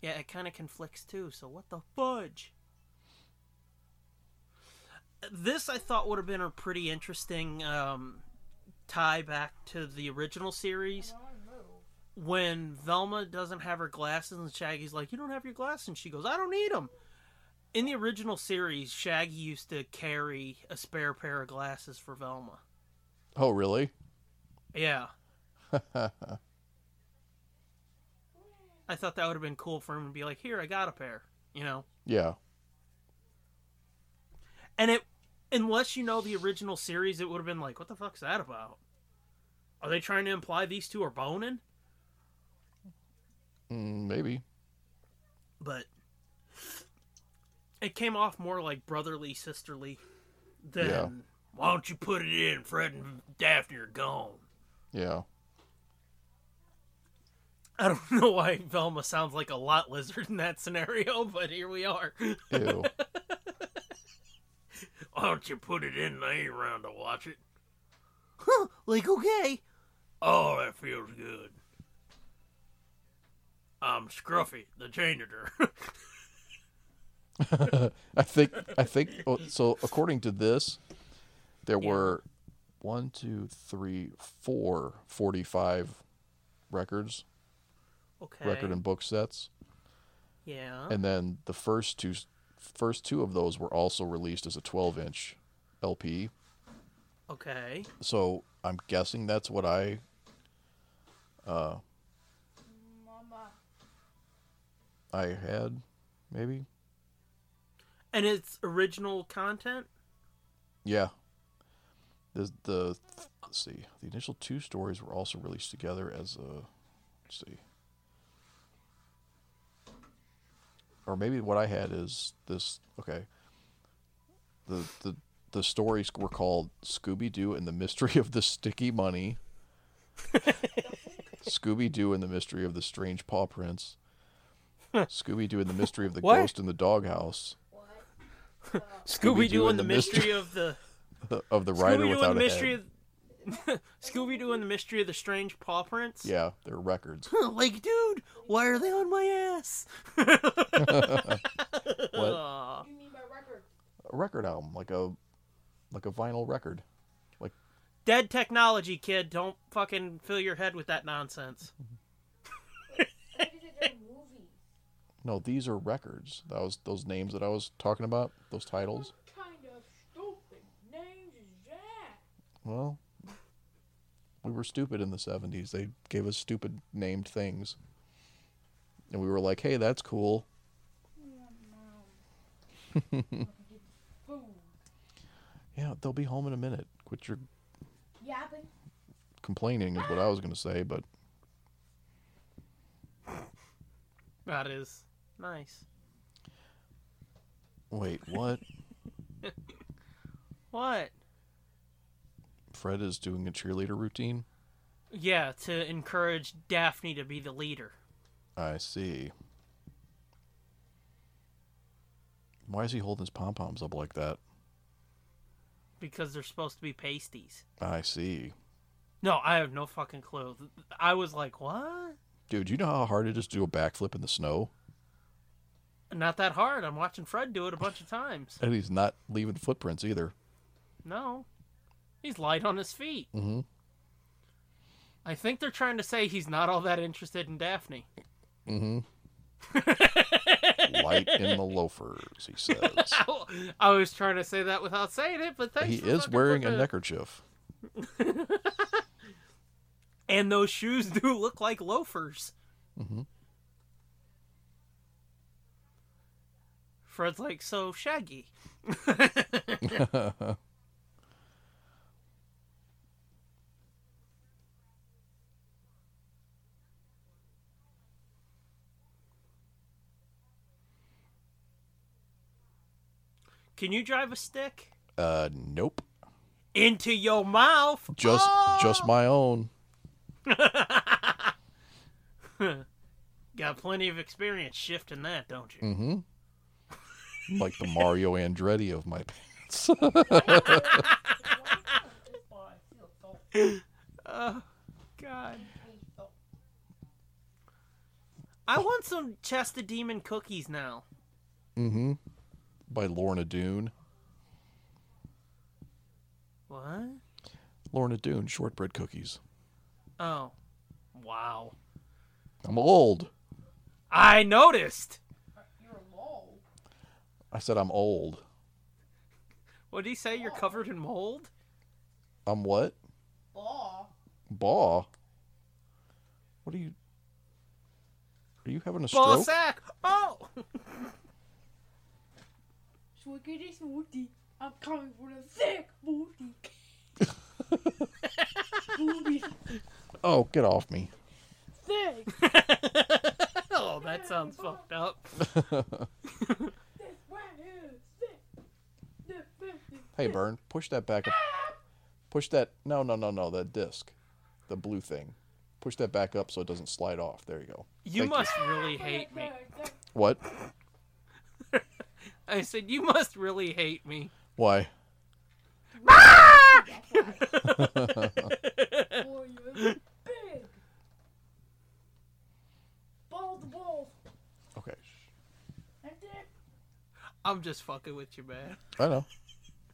S2: Yeah, it kind of conflicts too. So what the fudge? This I thought would have been a pretty interesting um, tie back to the original series. When Velma doesn't have her glasses and Shaggy's like, "You don't have your glasses," and she goes, "I don't need them." In the original series, Shaggy used to carry a spare pair of glasses for Velma.
S3: Oh, really?
S2: Yeah. I thought that would have been cool for him to be like, "Here, I got a pair," you know.
S3: Yeah.
S2: And it, unless you know the original series, it would have been like, "What the fuck's that about? Are they trying to imply these two are boning?"
S3: Mm, maybe.
S2: But it came off more like brotherly, sisterly than
S3: Yeah.
S2: "Why don't you put it in? Fred and Daphne are gone."
S3: Yeah.
S2: I don't know why Velma sounds like a lot lizard in that scenario, but here we are.
S3: Ew.
S2: Why don't you put it in? I ain't around to watch it. Huh, like, okay. Oh, that feels good. I'm Scruffy, the janitor.
S3: I think I think oh, so. According to this, there were one, two, three, four 45 records,
S2: okay.
S3: record and book sets,
S2: yeah.
S3: and then the first two first two of those were also released as a 12 inch LP.
S2: Okay.
S3: So I'm guessing that's what I uh,
S5: Mama.
S3: I had, maybe.
S2: And it's original content?
S3: Yeah. The the let's see. The initial two stories were also released together as a let's see. Or maybe what I had is this okay. The the the stories were called Scooby Doo and the Mystery of the Sticky Money. Scooby Doo and the Mystery of the Strange Paw Prints. Scooby Doo and the Mystery of the
S2: What?
S3: Ghost in the Doghouse.
S2: Scooby Doo and the mystery
S3: Mystery-
S2: of the
S3: Of the Rider
S2: Scooby Doo
S3: Without
S2: and the
S3: a
S2: mystery
S3: Head.
S2: of Scooby Doo and the mystery of the strange paw prints?
S3: Yeah, they're records.
S2: like, dude, why are they on my ass?
S3: what
S5: What do you mean by record?
S3: a record album like a like a vinyl record
S2: Dead technology, kid. Don't fucking fill your head with that nonsense.
S5: I just said they're movies.
S3: no these are records that was those names that i was talking about those titles
S5: What kind of stupid names is that?
S3: well we were stupid in the 70s they gave us stupid named things and we were like hey that's cool
S5: Food.
S3: yeah they'll be home in a minute quit your
S5: Yapping.
S3: complaining is what i was going to say but
S2: That is nice.
S3: wait what
S2: What?
S3: fred is doing a cheerleader routine
S2: Yeah, to encourage Daphne to be the leader.
S3: i see why is he holding his pom-poms up like that
S2: Because they're supposed to be pasties.
S3: i see
S2: No, I have no fucking clue. I was like, what?
S3: Dude, you know how hard it is to do a backflip in the snow?
S2: Not that hard. I'm watching Fred do it a bunch of times.
S3: And he's not leaving footprints either.
S2: No. He's light on his feet.
S3: Mm-hmm.
S2: I think they're trying to say he's not all that interested in Daphne.
S3: Mm-hmm. Light in the loafers, he says.
S2: I was trying to say that without saying it, but thanks
S3: he
S2: for
S3: is
S2: fucking
S3: wearing a
S2: putting it-
S3: neckerchief.
S2: And those shoes do look like loafers.
S3: Mhm.
S2: Fred's like, so Shaggy. Can you drive a stick
S3: Uh, nope.
S2: into your mouth?
S3: Just,
S2: Oh!
S3: just my own.
S2: Got plenty of experience shifting that, don't you?
S3: Mm-hmm. like the Mario Andretti of my pants.
S2: Oh, God. I want some Chester Demon cookies now.
S3: mm-hmm. By Lorna Doone.
S2: What?
S3: Lorna Doone, shortbread cookies.
S2: Oh. Wow.
S3: I'm old.
S2: I noticed.
S3: I said I'm old.
S2: What did he say? You're covered in mold?
S3: I'm what?
S5: Ball.
S3: Baw. What are you? Are you having a
S2: Ball
S3: stroke?
S2: sack. Oh.
S5: Swiggity smoothie. I'm coming for the thick booty. Booty.
S3: Oh, get off me!
S5: Thick.
S2: oh, that sounds fucked up.
S5: This right here. Thick. Thick, thick, thick.
S3: Hey, Burn, push that back. up. Push that. No, no, no, no. That disc, the blue thing. Push that back up so it doesn't slide off. There you go.
S2: You
S3: Thank
S2: must really hate me.
S5: Thick.
S3: What?
S2: I said, you must really hate me.
S3: Why?
S5: Boy, you're big. Ball to balls.
S3: Okay.
S5: And thick.
S2: I'm just fucking with you, man.
S3: I know.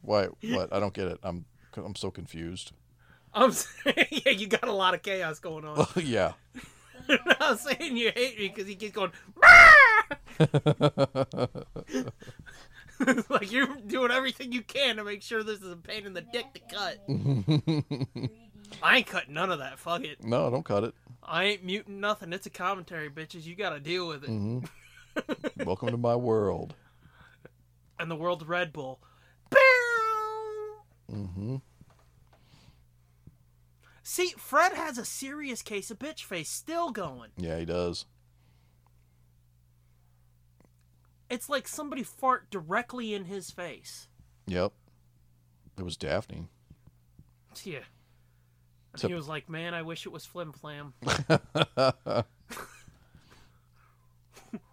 S3: Why? What? I don't get it. I'm. I'm so confused.
S2: I'm saying, yeah, you got a lot of chaos going on.
S3: yeah.
S2: I'm saying you hate me because he keeps going, It's like you're doing everything you can to make sure this is a pain in the dick to cut. I ain't cutting none of that. Fuck it.
S3: No, don't cut it.
S2: I ain't muting nothing. It's a commentary, bitches. You gotta deal with it.
S3: hmm Welcome to my world.
S2: And the world's Red Bull.
S3: Mm-hmm.
S2: See, Fred has a serious case of bitch face still going.
S3: Yeah, he does.
S2: It's like somebody fart directly in his face.
S3: Yep. It was Daphne.
S2: Yeah. And
S3: So-
S2: he was like, "Man, I wish it was Flim Flam."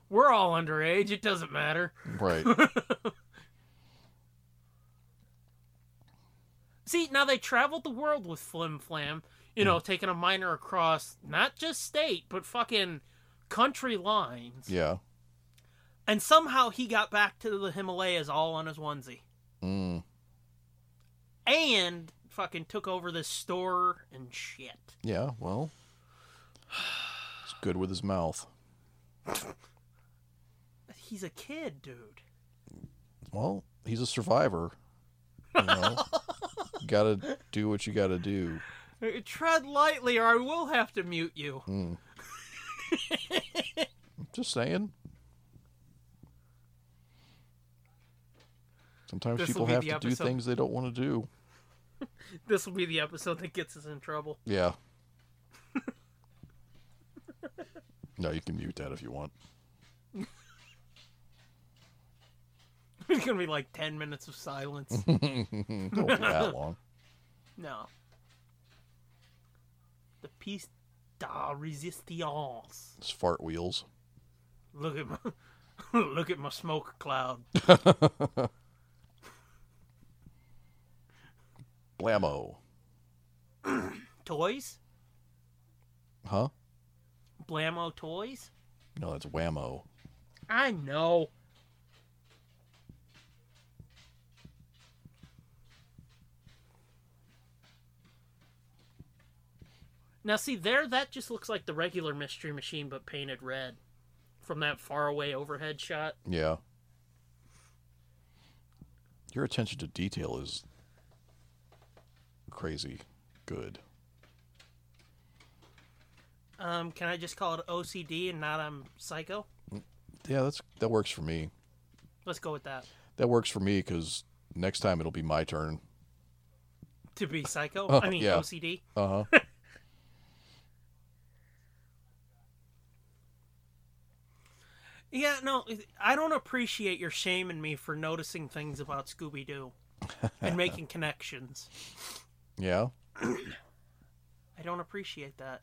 S2: We're all underage. It doesn't matter.
S3: Right.
S2: See, now they traveled the world with Flim Flam. You know, taking a minor across not just state but fucking country lines.
S3: yeah.
S2: And somehow he got back to the Himalayas all on his onesie,
S3: Mm.
S2: and fucking took over this store and shit.
S3: Yeah, well. He's good with his mouth.
S2: He's a kid, dude.
S3: Well, he's a survivor. You know? gotta do what you gotta do.
S2: Uh, Tread lightly, or I will have to mute you.
S3: Mm. Just saying. Sometimes
S2: This'll
S3: people
S2: be
S3: have
S2: the
S3: to do
S2: episode.
S3: things they don't want to do.
S2: This will be the episode that gets us in trouble.
S3: Yeah. no, you can mute that if you want.
S2: It's gonna be like ten minutes of silence.
S3: Don't be that long.
S2: no. The piece de resistance.
S3: It's fart wheels.
S2: Look at my look at my smoke cloud.
S3: Blammo.
S2: Toys?
S3: Huh?
S2: Blammo toys?
S3: No, that's whammo.
S2: I know. Now, see, there, that just looks like the regular Mystery Machine, but painted red from that faraway overhead shot.
S3: Yeah. Your attention to detail is crazy good.
S2: Um, can I just call it OCD and not I'm psycho?
S3: Yeah, that's that works for me.
S2: Let's go with that.
S3: That works for me because next time it'll be my turn.
S2: To be psycho? I mean,
S3: Yeah.
S2: OCD.
S3: Uh huh.
S2: Yeah, no, I don't appreciate your shaming me for noticing things about Scooby Doo and making connections.
S3: yeah.
S2: I don't appreciate that.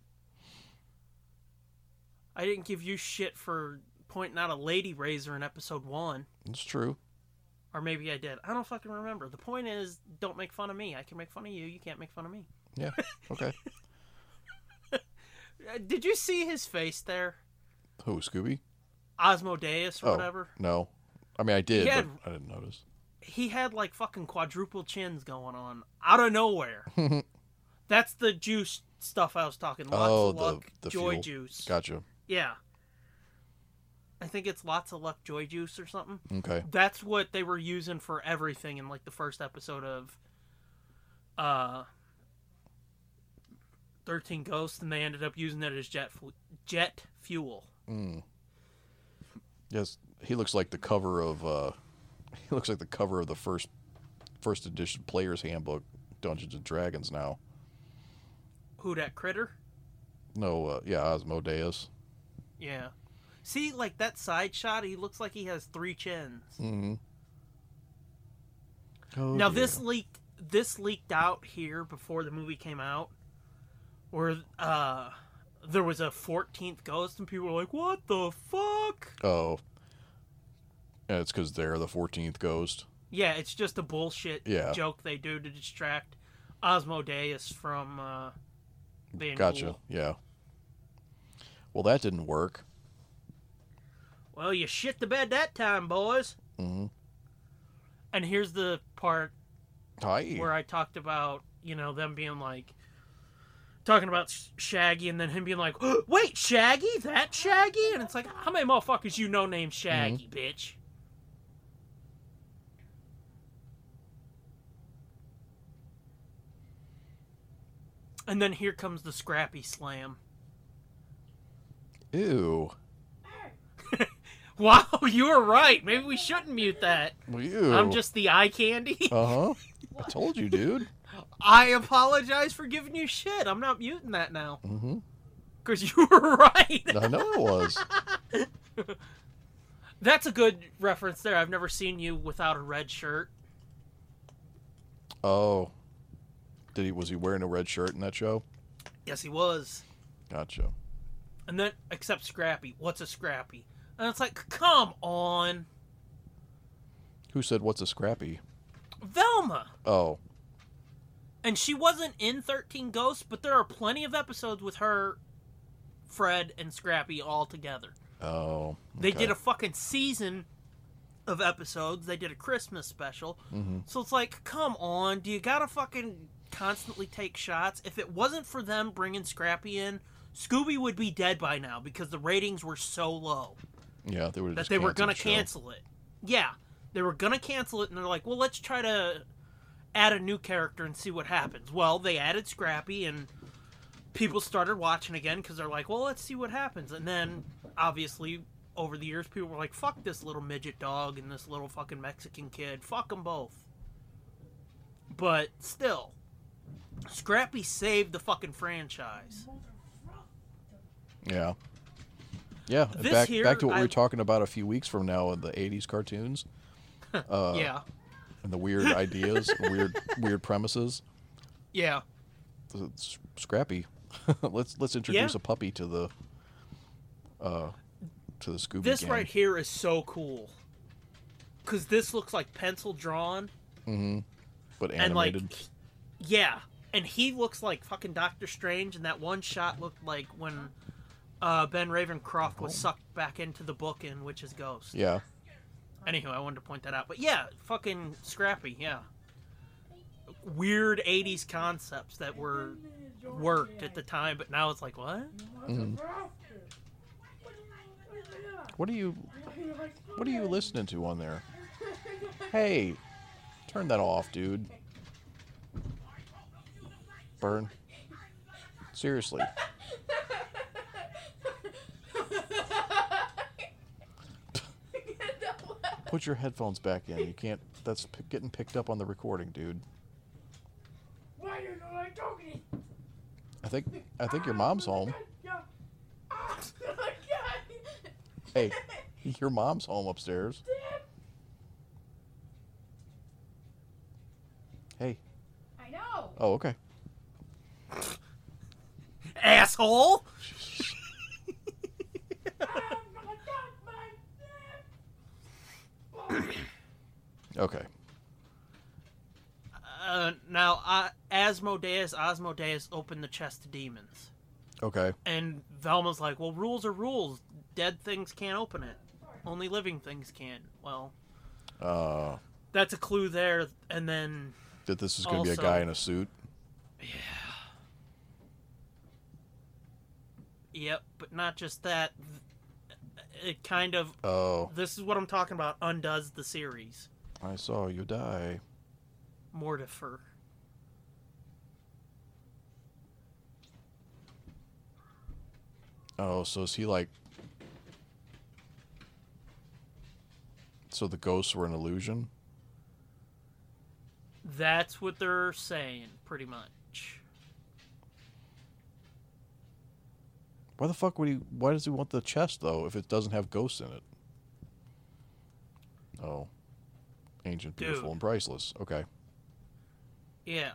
S2: I didn't give you shit for pointing out a lady razor in episode one.
S3: It's true.
S2: Or maybe I did. I don't fucking remember. The point is, don't make fun of me. I can make fun of you. You can't make fun of me.
S3: Yeah. Okay.
S2: Uh, did you see his face there?
S3: Who, Scooby?
S2: Osmodeus or
S3: Oh,
S2: whatever.
S3: No. I mean, I did,
S2: Yeah.
S3: but I didn't notice.
S2: He had like fucking quadruple chins going on out of nowhere. That's the juice stuff I was talking. Lots
S3: oh,
S2: of
S3: the
S2: luck,
S3: the
S2: joy
S3: fuel.
S2: juice.
S3: Gotcha.
S2: Yeah. I think it's lots of luck joy juice or something.
S3: Okay.
S2: That's what they were using for everything in like the first episode of uh 13 Ghosts and they ended up using it as jet fu- jet fuel.
S3: Yes, he looks like the cover of uh he looks like the cover of the first first edition player's handbook Dungeons and Dragons now.
S2: Who that critter?
S3: No, uh, yeah, Osmodeus.
S2: Yeah. See like that side shot, he looks like he has 3 chins.
S3: Mhm. Oh,
S2: now
S3: yeah.
S2: this leaked this leaked out here before the movie came out where uh there was a 14th ghost and people were like, "What the fuck?"
S3: Oh. Yeah, it's cuz they're the 14th ghost.
S2: Yeah, it's just a bullshit
S3: Yeah.
S2: joke they do to distract Osmodeus from uh, being
S3: Gotcha.
S2: cool.
S3: Yeah. Well, that didn't work.
S2: Well, you shit the bed that time, boys.
S3: Mhm.
S2: And here's the part
S3: Hi.
S2: where I talked about you know them being like talking about Sh- Shaggy, and then him being like, "Wait, Shaggy? That Shaggy?" And it's like, how many motherfuckers you know named Shaggy, bitch? And then here comes the Scrappy Slam.
S3: Ew.
S2: Wow, you were right. Maybe we shouldn't mute that.
S3: Ew.
S2: I'm just the eye candy.
S3: Uh-huh. I told you, dude.
S2: I apologize for giving you shit. I'm not muting that now.
S3: Mhm.
S2: Because you were right.
S3: I know it was.
S2: That's a good reference there. I've never seen you without a red shirt.
S3: Oh. Did he was he wearing a red shirt in that show?
S2: Yes, he was.
S3: Gotcha.
S2: And then, except Scrappy. What's a Scrappy? And it's like, come on.
S3: Who said what's a scrappy?
S2: Velma.
S3: Oh.
S2: And she wasn't in 13 Ghosts, but there are plenty of episodes with her, Fred, and Scrappy all together.
S3: Oh.
S2: They
S3: okay.
S2: did a fucking season of episodes. They did a Christmas special. So it's like, come on, do you gotta fucking constantly take shots? If it wasn't for them bringing Scrappy in, Scooby would be dead by now because the ratings were so low
S3: Yeah, they were
S2: that
S3: just
S2: they were
S3: canceled
S2: gonna
S3: the show.
S2: cancel it. Yeah, they were gonna cancel it, and they're like, well, let's try to add a new character and see what happens. Well, they added Scrappy, and people started watching again because they're like, well, let's see what happens. And then, obviously, over the years, people were like, fuck this little midget dog and this little fucking Mexican kid. Fuck them both. But still, Scrappy saved the fucking franchise.
S3: Yeah. Yeah.
S2: This
S3: back
S2: here,
S3: back to what we
S2: I-
S3: were talking about a few weeks from now in the eighties cartoons
S2: yeah,
S3: and the weird ideas, weird weird premises.
S2: yeah.
S3: It's scrappy. let's let's introduce
S2: Yeah.
S3: a puppy to the uh to the Scooby
S2: This
S3: gang.
S2: right here is so cool. Cause this looks like pencil drawn
S3: Mm-hmm. but
S2: and like
S3: animated.
S2: he- Yeah. And he looks like fucking Doctor Strange and that one shot looked like when uh, Ben Ravencroft was sucked back into the book in Witch's Ghost.
S3: Oh. yeah.
S2: Anywho, I wanted to point that out. But yeah, fucking Scrappy, yeah. Weird 80s concepts that were worked at the time, but now it's like, what?
S3: Mm-hmm. What are you What are you listening to on there? Hey, turn that off, dude. Burn. Seriously. Put your headphones back in. You can't. That's p- getting picked up on the recording, dude.
S5: Why you not like talking?
S3: I think I think your mom's home.
S5: Yeah. Oh my god.
S3: Hey, your mom's home upstairs. Hey.
S4: I know.
S3: Oh, okay.
S2: Asshole!
S3: Okay.
S2: Uh, now, uh, Asmodeus, Asmodeus opened the chest to demons.
S3: Okay.
S2: And Velma's like, well, rules are rules. Dead things can't open it. Only living things can. Well,
S3: Uh,
S2: that's a clue there. And then,
S3: that this is going to be a
S2: Also-
S3: guy in a suit.
S2: yep, but not just that. It kind of,
S3: Oh,
S2: this is what I'm talking about, undoes the series.
S3: I saw you die.
S2: Mortifer.
S3: Oh, so is he like? So the ghosts were an illusion.
S2: That's what they're saying, pretty much.
S3: Why the fuck would he? Why does he want the chest though if it doesn't have ghosts in it? Oh, ancient, beautiful,
S2: Dude.
S3: and priceless. Okay,
S2: Yeah.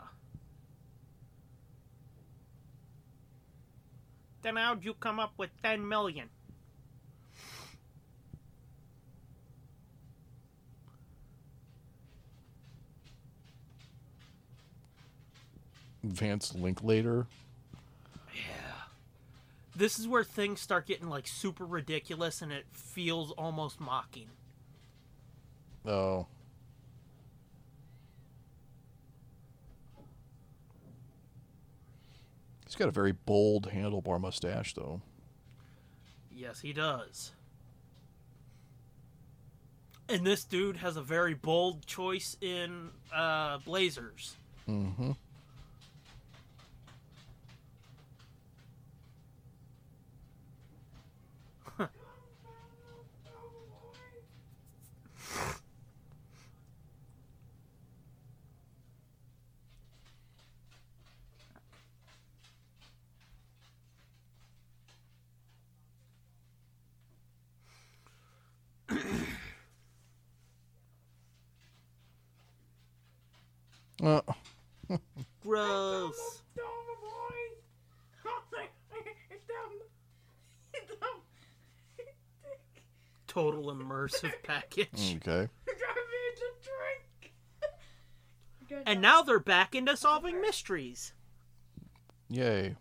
S2: Then how'd you come up with 10 million?
S3: Vance Linklater.
S2: This is where things start getting like super ridiculous and it feels almost mocking.
S3: Oh, he's got a very bold handlebar mustache though.
S2: Yes, he does. And this dude has a very bold choice in uh, blazers.
S3: Mm-hmm. Uh,
S2: Gross. Total immersive package.
S3: okay.
S2: And now they're back into solving mysteries.
S3: Yay.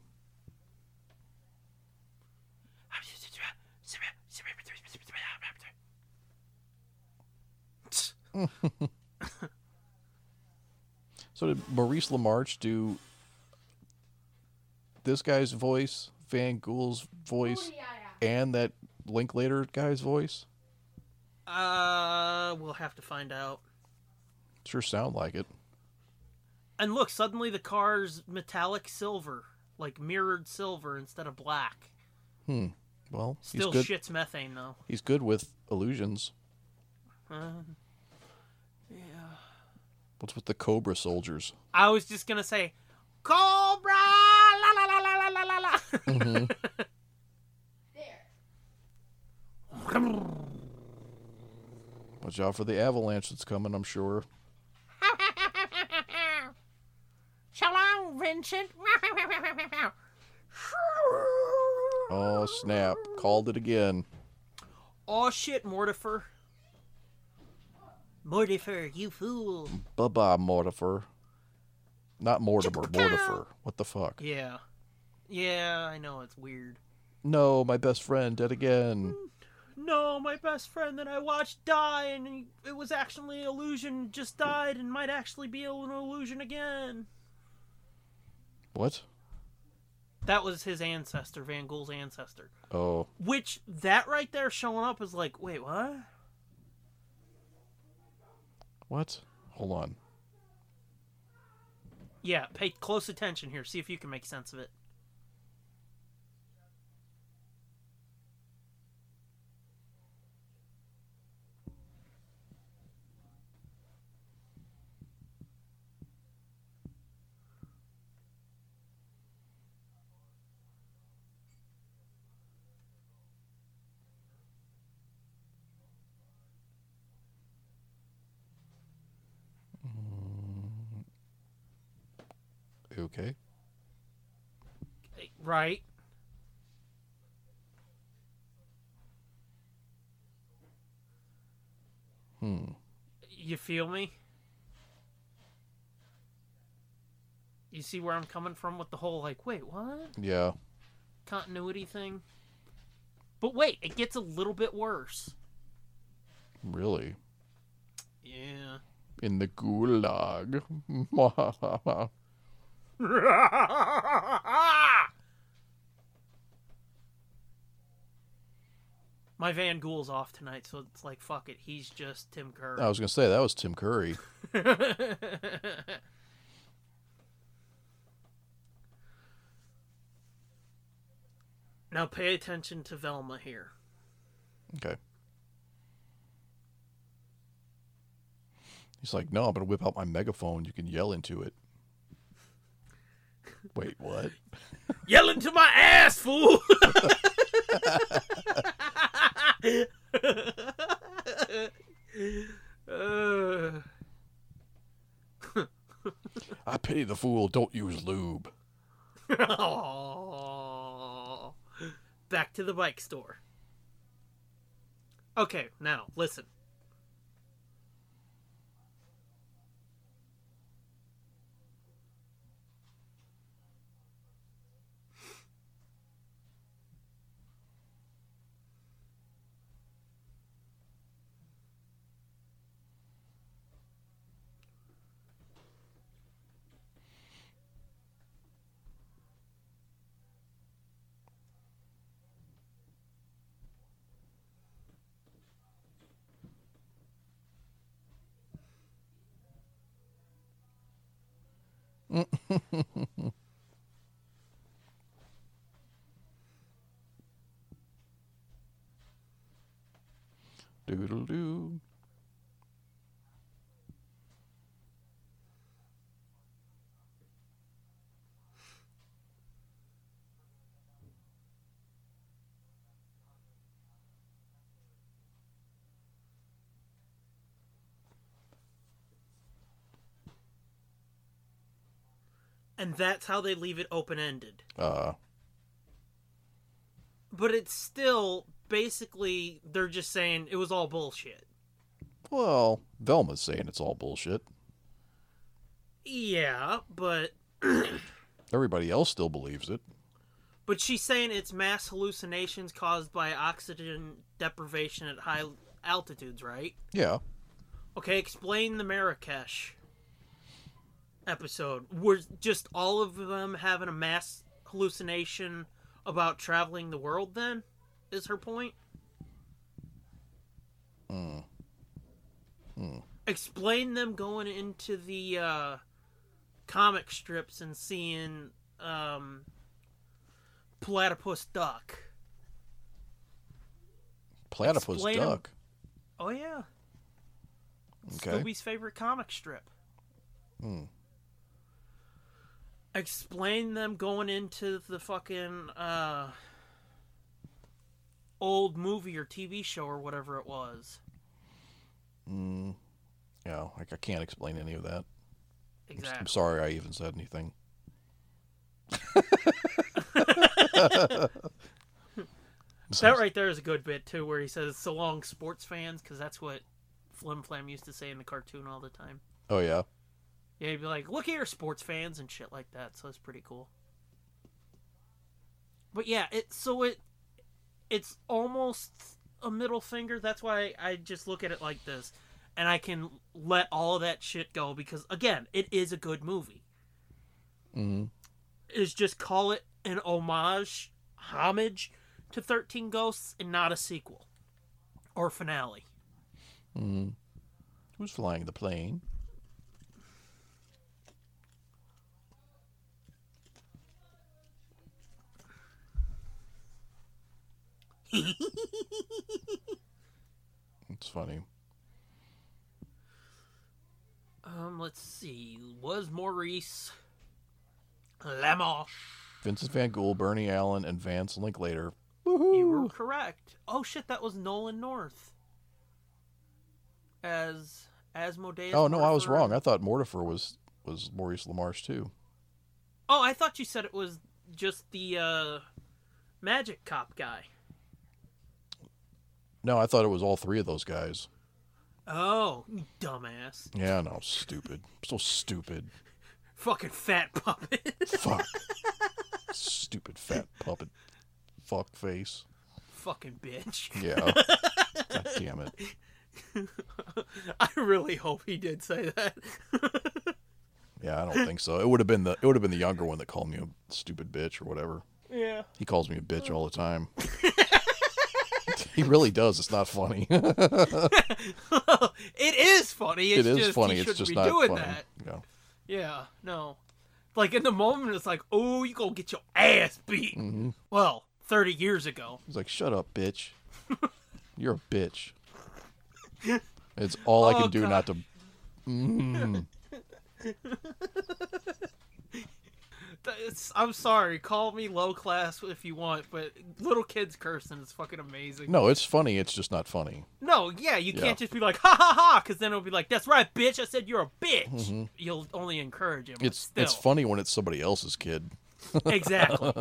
S3: So did Maurice LaMarche do this guy's voice, Van Gool's voice, and that Linklater guy's voice?
S2: Uh, we'll have to find out.
S3: Sure sound like it.
S2: And look, suddenly the car's metallic silver, like mirrored silver instead of black.
S3: Well,
S2: Still
S3: he's good.
S2: shits methane though.
S3: He's good with illusions.
S2: Uh,
S3: What's with the Cobra soldiers?
S2: I was just gonna say, Cobra, la la la la la la la.
S3: Watch out for the avalanche that's coming, I'm sure.
S2: So long, Vincent.
S3: Oh, snap. Called it again.
S2: oh shit, Mortifer. Mortifer, you fool.
S3: Bye bye, Mortifer. Not Mortimer, Mortifer. What the fuck?
S2: Yeah, yeah, I know it's weird.
S3: No, my best friend, dead again.
S2: no, my best friend that I watched die, and he- it was actually an illusion, just died, and might actually be an illusion again.
S3: What?
S2: That was his ancestor, Van Gogh's ancestor.
S3: Oh.
S2: Which, that right there showing up is like, wait, what?
S3: What? Hold on.
S2: Yeah, pay close attention here, see if you can make sense of it.
S3: Okay.
S2: Right?
S3: Hmm.
S2: You feel me? You see where I'm coming from with the whole like, wait, what?
S3: Yeah.
S2: Continuity thing? But wait, it gets a little bit worse.
S3: Really.
S2: Yeah.
S3: In the gulag. Why
S2: My Van Gool's off tonight, so it's like, fuck it. He's just Tim Curry.
S3: I was gonna say that was Tim Curry.
S2: now pay attention to Velma here.
S3: Okay. He's like, no, I'm gonna whip out my megaphone. You can yell into it. Wait, what?
S2: Yelling to my ass, fool! Uh,
S3: I pity the fool. Don't use lube.
S2: aw. Back to the bike store. Okay, now listen.
S3: Doodle doo.
S2: And that's how they leave it open ended.
S3: Uh,
S2: But it's still basically they're just saying it was all bullshit.
S3: well, Velma's saying it's all bullshit.
S2: Yeah, but
S3: Everybody else still believes it.
S2: but she's saying it's mass hallucinations caused by oxygen deprivation at high altitudes, right?
S3: Yeah.
S2: Okay, explain the Marrakesh episode. Were just all of them having a mass hallucination about traveling the world then? Is her point? Explain them going into the uh, comic strips and seeing um, Platypus Duck.
S3: Platypus
S2: Explain 'em.
S3: duck.
S2: Oh, yeah.
S3: Okay.
S2: Scooby's favorite comic strip. Explain them going into the fucking uh, old movie or TV show or whatever it was.
S3: Mm, yeah, like I can't explain any of that. I'm s-
S2: Exactly.
S3: I'm sorry I even said anything.
S2: That right there is a good bit too, where he says "so long, sports fans," because that's what Flim Flam used to say in the cartoon all the time.
S3: Oh yeah.
S2: Yeah, he'd be like, "Look here, sports fans," and shit like that. So it's pretty cool. But yeah, it so it it's almost a middle finger. That's why I just look at it like this, and I can let all of that shit go because again, it is a good movie.
S3: Mhm.
S2: Is just call it an homage, homage to Thirteen Ghosts, and not a sequel or finale.
S3: Mm-hmm. Who's flying the plane? It's funny.
S2: Um, let's see. Was Maurice Lamarche?
S3: Vincent Van Gogh, Bernie Allen, and Vance Linklater.
S2: You were correct. Oh shit, that was Nolan North. As Asmodeus.
S3: Oh no, I was
S2: Murphy.
S3: wrong. I thought Mortifer was was Maurice LaMarche too.
S2: Oh, I thought you said it was just the uh, magic cop guy.
S3: No, I thought it was all three of those guys.
S2: Oh, you dumbass.
S3: Yeah, no, stupid. So stupid.
S2: Fucking fat puppet.
S3: Fuck. stupid fat puppet. Fuck face.
S2: Fucking bitch.
S3: Yeah. God damn it.
S2: I really hope he did say that.
S3: Yeah, I don't think so. It would have been the it would have been the younger one that called me a stupid bitch or whatever.
S2: yeah.
S3: He calls me a bitch all the time. he really does. It's not funny.
S2: it is funny. It's
S3: it is
S2: just,
S3: funny.
S2: He
S3: It's
S2: shouldn't
S3: just
S2: be
S3: not
S2: doing
S3: funny.
S2: that.
S3: Yeah.
S2: Yeah, no. Like in the moment, it's like, oh, you gonna get your ass beat.
S3: Mm-hmm.
S2: Well, thirty years ago.
S3: He's like, "Shut up, bitch. You're a bitch." It's all I
S2: Oh,
S3: can do
S2: God.
S3: not to. mm.
S2: Th- It's, I'm sorry. Call me low class if you want, but little kids cursing is fucking amazing.
S3: No, it's funny. It's just not funny.
S2: No, yeah, you
S3: Yeah.
S2: can't just be like ha ha ha, because then it'll be like, that's right, bitch. I said you're a bitch. You'll only encourage him. but
S3: Mm-hmm. It's
S2: still.
S3: it's funny when it's somebody else's kid.
S2: exactly.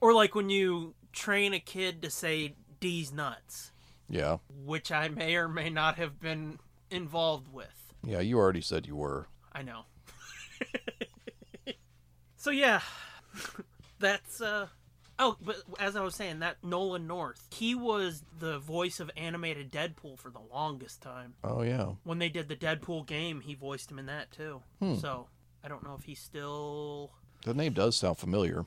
S2: or like when you train a kid to say D's nuts,
S3: Yeah,
S2: which I may or may not have been involved with.
S3: yeah. You already said you were.
S2: I know. so yeah, that's uh oh, but as I was saying, that Nolan North, he was the voice of animated Deadpool for the longest time.
S3: Oh yeah.
S2: When they did the Deadpool game, he voiced him in that too. So I don't know if he's still
S3: The name does sound familiar.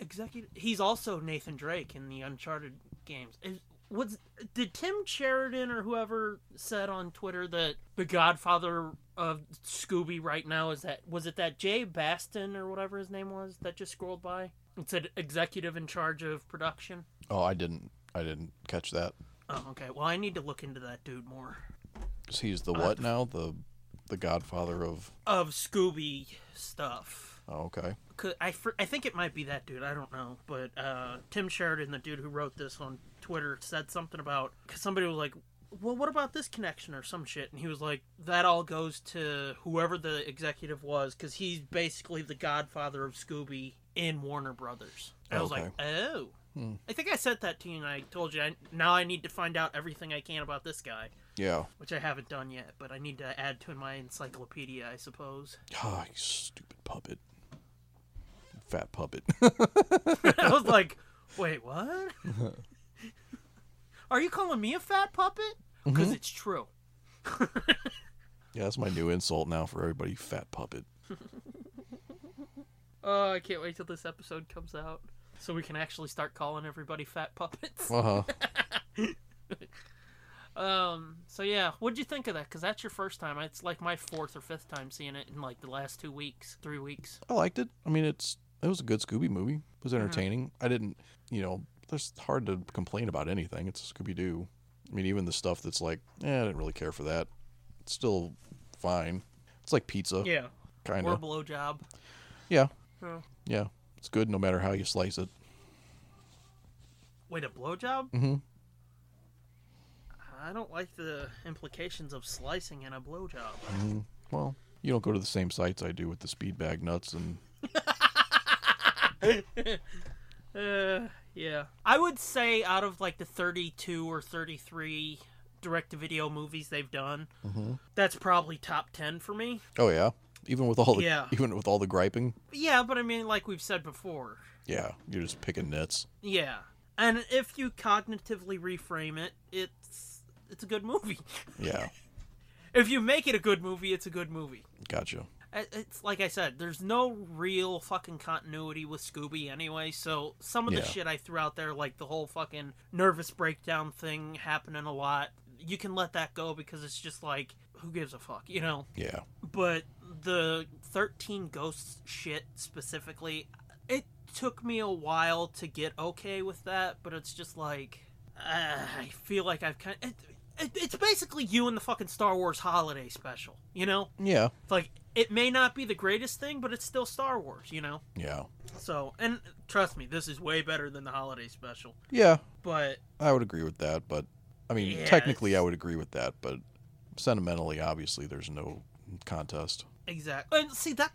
S2: executive. He's also Nathan Drake in the Uncharted games. Is- Was did Tim Sheridan or whoever said on Twitter that the Godfather of Scooby right now is that was it that Jay Baston or whatever his name was that just scrolled by? It said executive in charge of production.
S3: Oh, I didn't. I didn't catch that.
S2: Oh, okay. Well, I need to look into that dude more.
S3: 'Cause He's
S2: Uh,
S3: the what now? The the Godfather of.
S2: Of Scooby stuff.
S3: Oh, okay.
S2: 'Cause I, fr- I think it might be that dude. I don't know, but uh, Tim Sheridan, the dude who wrote this on Twitter, said something about because somebody was like, "Well, what about this connection or some shit?" And he was like, "That all goes to whoever the executive was, because he's basically the godfather of Scooby in Warner Brothers." And I was
S3: Okay.
S2: like, "Oh." I think I said that to you, and I told you I, now I need to find out everything I can about this guy,
S3: Yeah.
S2: which I haven't done yet, but I need to add to my encyclopedia, I suppose.
S3: Ah, you stupid puppet. Fat puppet.
S2: I was like, wait, what? Are you calling me a fat puppet? Because it's true.
S3: yeah, that's my new insult now for everybody. Fat puppet.
S2: Oh, I can't wait till this episode comes out so we can actually start calling everybody fat puppets.
S3: Uh huh.
S2: Um, so yeah, what'd you think of that? Because that's your first time. It's like my fourth or fifth time seeing it in like the last two weeks, three weeks.
S3: I liked it. I mean, it's it was a good Scooby movie. It
S2: Uh-huh.
S3: was entertaining. I didn't, you know, there's hard to complain about anything. It's Scooby Doo. I mean, even the stuff that's like, eh, I didn't really care for that. It's still fine. It's like pizza,
S2: Yeah.
S3: kind
S2: Or a
S3: of.
S2: blowjob.
S3: Yeah,
S2: Yeah.
S3: yeah. It's good no matter how you slice it.
S2: Wait, a blowjob?
S3: Mhm.
S2: I don't like the implications of slicing in a blowjob.
S3: Well, you don't go to the same sites I do with the speed bag nuts and
S2: Uh, yeah. I would say out of like the 32 or 33 direct to video movies they've done, that's probably top 10 for me.
S3: oh yeah, even with all the
S2: Yeah.
S3: even with all the griping,
S2: Yeah, but I mean, like we've said before.
S3: yeah, you're just picking nits.
S2: Yeah. And if you cognitively reframe it, it's it's a good movie.
S3: Yeah,
S2: If you make it a good movie, it's a good movie.
S3: gotcha.
S2: I- It's like I said, there's no real fucking continuity with Scooby anyway, so some of the
S3: Yeah.
S2: shit I threw out there, like the whole fucking nervous breakdown thing happening a lot, you can let that go because it's just like, who gives a fuck, you know?
S3: Yeah,
S2: But the 13 ghosts shit specifically, it took me a while to get okay with that, but it's just like, uh, I feel like I've kind It, it, it's basically you and the fucking Star Wars holiday special, you know?
S3: yeah,
S2: It's like it may not be the greatest thing, but it's still Star Wars, you know.
S3: yeah,
S2: So, and trust me, this is way better than the holiday special.
S3: yeah.
S2: But
S3: I would agree with that, but I mean,
S2: Yeah,
S3: technically, I
S2: it's-
S3: would agree with that, but sentimentally, obviously, there's no contest.
S2: exactly, and see that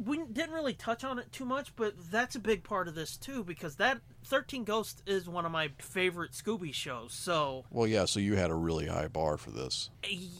S2: we didn't really touch on it too much, but that's a big part of this too because that 13 Ghosts is one of my favorite Scooby shows. So,
S3: Well, yeah, so you had a really high bar for this.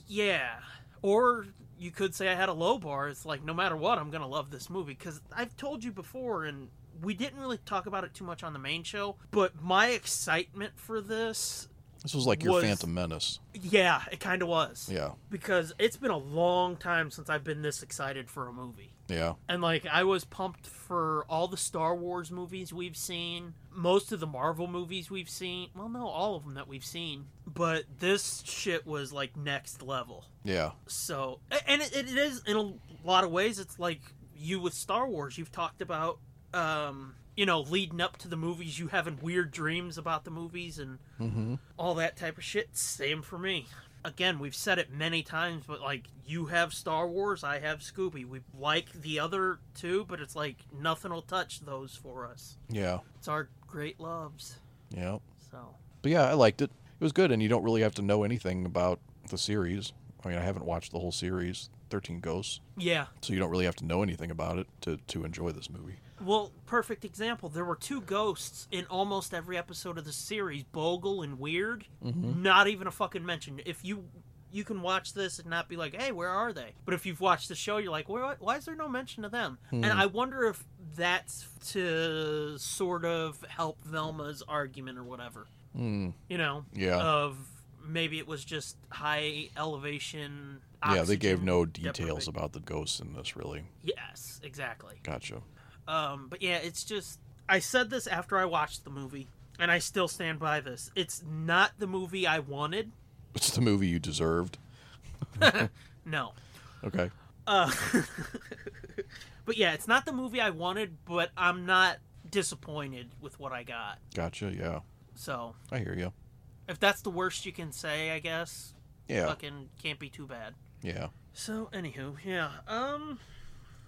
S2: yeah. Or you could say I had a low bar. It's like no matter what, I'm going to love this movie cuz I've told you before and we didn't really talk about it too much on the main show, but my excitement for this,
S3: This was like your
S2: Was-
S3: Phantom Menace.
S2: yeah, it kind of was.
S3: Yeah.
S2: Because it's been a long time since I've been this excited for a movie.
S3: Yeah.
S2: And like I was pumped for all the Star Wars movies we've seen, most of the Marvel movies we've seen. Well, no, all of them that we've seen. But this shit was like next level.
S3: Yeah.
S2: So, a- and it, it is in a lot of ways. It's like you with Star Wars. You've talked about, um, you know, leading up to the movies, you having weird dreams about the movies and
S3: Mm-hmm.
S2: all that type of shit. Same for me. Again, we've said it many times, but like you have Star Wars, I have Scooby. We like the other two, but it's like nothing will touch those for us.
S3: Yeah.
S2: It's our great loves.
S3: Yeah.
S2: So,
S3: But yeah, I liked it. It was good, and you don't really have to know anything about the series. I mean, I haven't watched the whole series, 13 Ghosts,
S2: yeah.
S3: so you don't really have to know anything about it to, to enjoy this movie.
S2: Well, perfect example. There were two ghosts in almost every episode of the series, Bogle and Weird.
S3: Mm-hmm. Hmm?
S2: Not even a fucking mention. If you you can watch this and not be like, "Hey, where are they?" But if you've watched the show, you're like, "Why, why is there no mention of them?"
S3: Hmm.
S2: And I wonder if that's to sort of help Velma's argument or whatever. You know?
S3: Mm, Yeah.
S2: Of maybe it was just high elevation.
S3: yeah, they gave
S2: oxygen
S3: no details
S2: deprivation.
S3: about the ghosts in this, really.
S2: Yes, exactly.
S3: Gotcha.
S2: Um, but yeah, it's just I said this after I watched the movie, and I still stand by this. It's not the movie I wanted.
S3: It's the movie you deserved.
S2: No.
S3: Okay.
S2: Uh, but yeah, it's not the movie I wanted, but I'm not disappointed with what I got.
S3: Gotcha. Yeah.
S2: So
S3: I hear you.
S2: if that's the worst you can say, I guess
S3: Yeah.
S2: fucking can't be too bad.
S3: Yeah.
S2: So anywho, yeah. Um,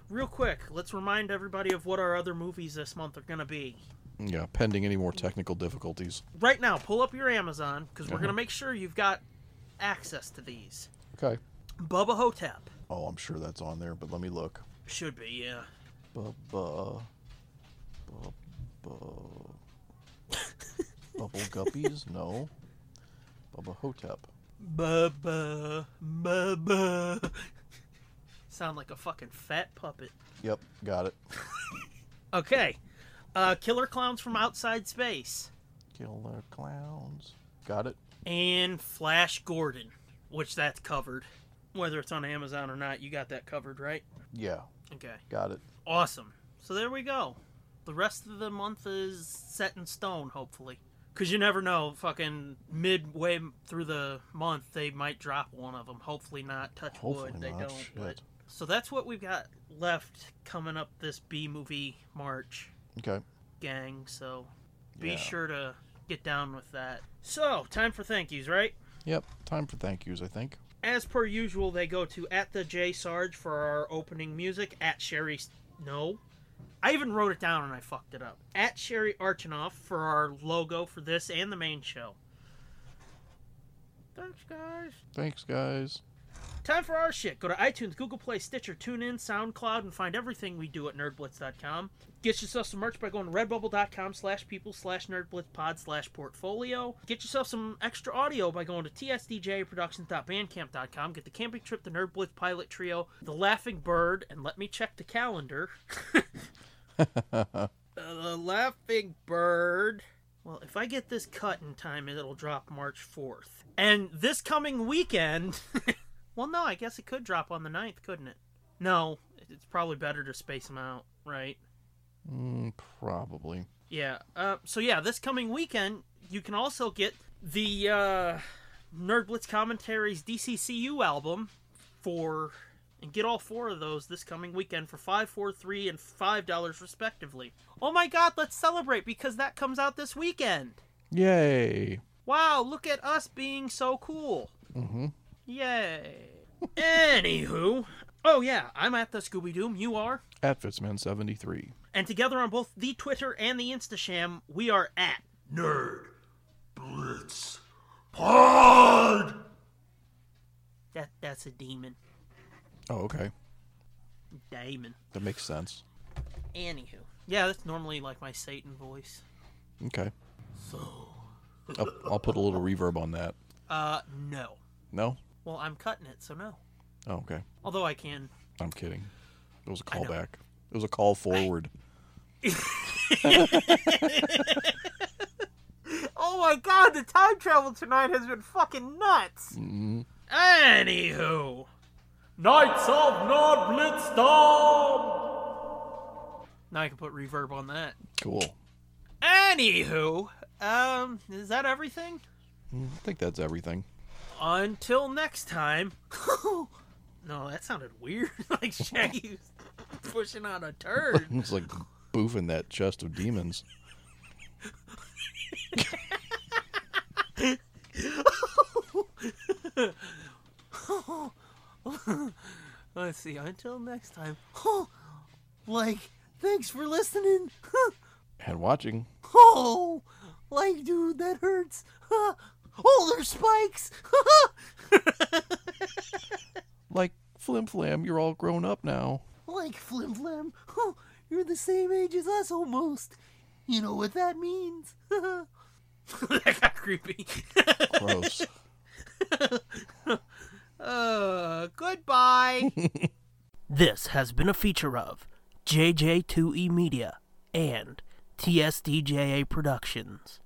S2: real quick, let's remind everybody of what our other movies this month are gonna be.
S3: Yeah. Pending any more technical difficulties.
S2: right now pull up your amazon because we're
S3: Uh-huh.
S2: gonna make sure you've got access to these
S3: Okay.
S2: bubba hotep
S3: Oh, I'm sure that's on there, but let me look.
S2: should be yeah
S3: Bubba. Bubba. Bubble Guppies? No. Bubba Hotep.
S2: bubba bubba sound like a fucking fat puppet
S3: Yep, got it.
S2: okay uh, killer clowns from outside space
S3: Killer Clowns. Got it.
S2: and flash gordon which that's covered whether it's on amazon or not you got that covered right
S3: Yeah,
S2: okay
S3: got it.
S2: Awesome. So there we go. The rest of the month is set in stone, hopefully. Because you never know, fucking midway through the month, they might drop one of them. Hopefully not. Touch
S3: Hopefully
S2: wood, they
S3: not.
S2: don't.
S3: Shit.
S2: But... So that's what we've got left coming up this B movie March,
S3: Okay.
S2: gang. So be
S3: Yeah.
S2: sure to get down with that. So, time for thank yous, right?
S3: Yep, time for thank yous, I think.
S2: As per usual, they go to at the J Sarge for our opening music. At Sherry, no, I even wrote it down and I fucked it up. At Sherry Archinoff for our logo for this and the main show. Thanks, guys.
S3: Thanks, guys.
S2: Time for our shit. Go to iTunes, Google Play, Stitcher, TuneIn, SoundCloud, and find everything we do at nerdblitz.com. Get yourself some merch by going to redbubble.com slash people slash nerdblitzpod slash portfolio. Get yourself some extra audio by going to tsdjproductions.bandcamp.com. Get the camping trip, the Nerd Blitz Pilot Trio, the Laughing Bird, and let me check the calendar. Uh, the Laughing Bird. Well, if I get this cut in time, it'll drop March 4th. And this coming weekend... Well, no, I guess it could drop on the 9th, couldn't it? No, it's probably better to space them out, right?
S3: Mm, probably.
S2: Yeah. Uh, so, yeah, this coming weekend, you can also get the uh, Nerd Blitz Commentaries DCCU album for. And get all four of those this coming weekend for five, four, three, and five dollars respectively. Oh my God! Let's celebrate because that comes out this weekend.
S3: Yay.
S2: Wow! Look at us being so cool. Mm-hmm. Yay! Anywho, oh yeah, I'm at the Scooby Doom. You are,
S3: At Fitzman73.
S2: and together on both the Twitter and the Instasham, we are at
S1: Nerd Blitz Pod!
S2: that. That's a demon.
S3: Oh, okay.
S2: Damon.
S3: That makes sense.
S2: Anywho. Yeah, that's normally like my Satan voice.
S3: Okay.
S2: So.
S3: I'll, I'll put a little reverb on that.
S2: Uh, no.
S3: No?
S2: Well, I'm cutting it, so no.
S3: Oh, okay.
S2: Although I can.
S3: I'm kidding. It was a
S2: know.
S3: callback. It was a call forward.
S2: Oh my god, the time travel tonight has been fucking nuts! Anywho. Knights of Nordblitzdom! Now I can put reverb on that.
S3: Cool.
S2: Anywho, um, is that everything?
S3: I think that's everything.
S2: Until next time. no, that sounded weird. like Shaggy was pushing on a turd.
S3: It's like boofing that chest of demons.
S2: Let's see. Until next time. like, thanks for listening.
S3: And watching.
S2: oh, like, dude, that hurts. oh, there's spikes.
S3: Like, Flim Flam, you're all grown up now.
S2: like, Flim Flam, you're the same age as us almost. You know what that means. that got creepy.
S3: Gross.
S2: uh, goodbye. this has been a feature of E JJ2E Media and TSDJA Productions.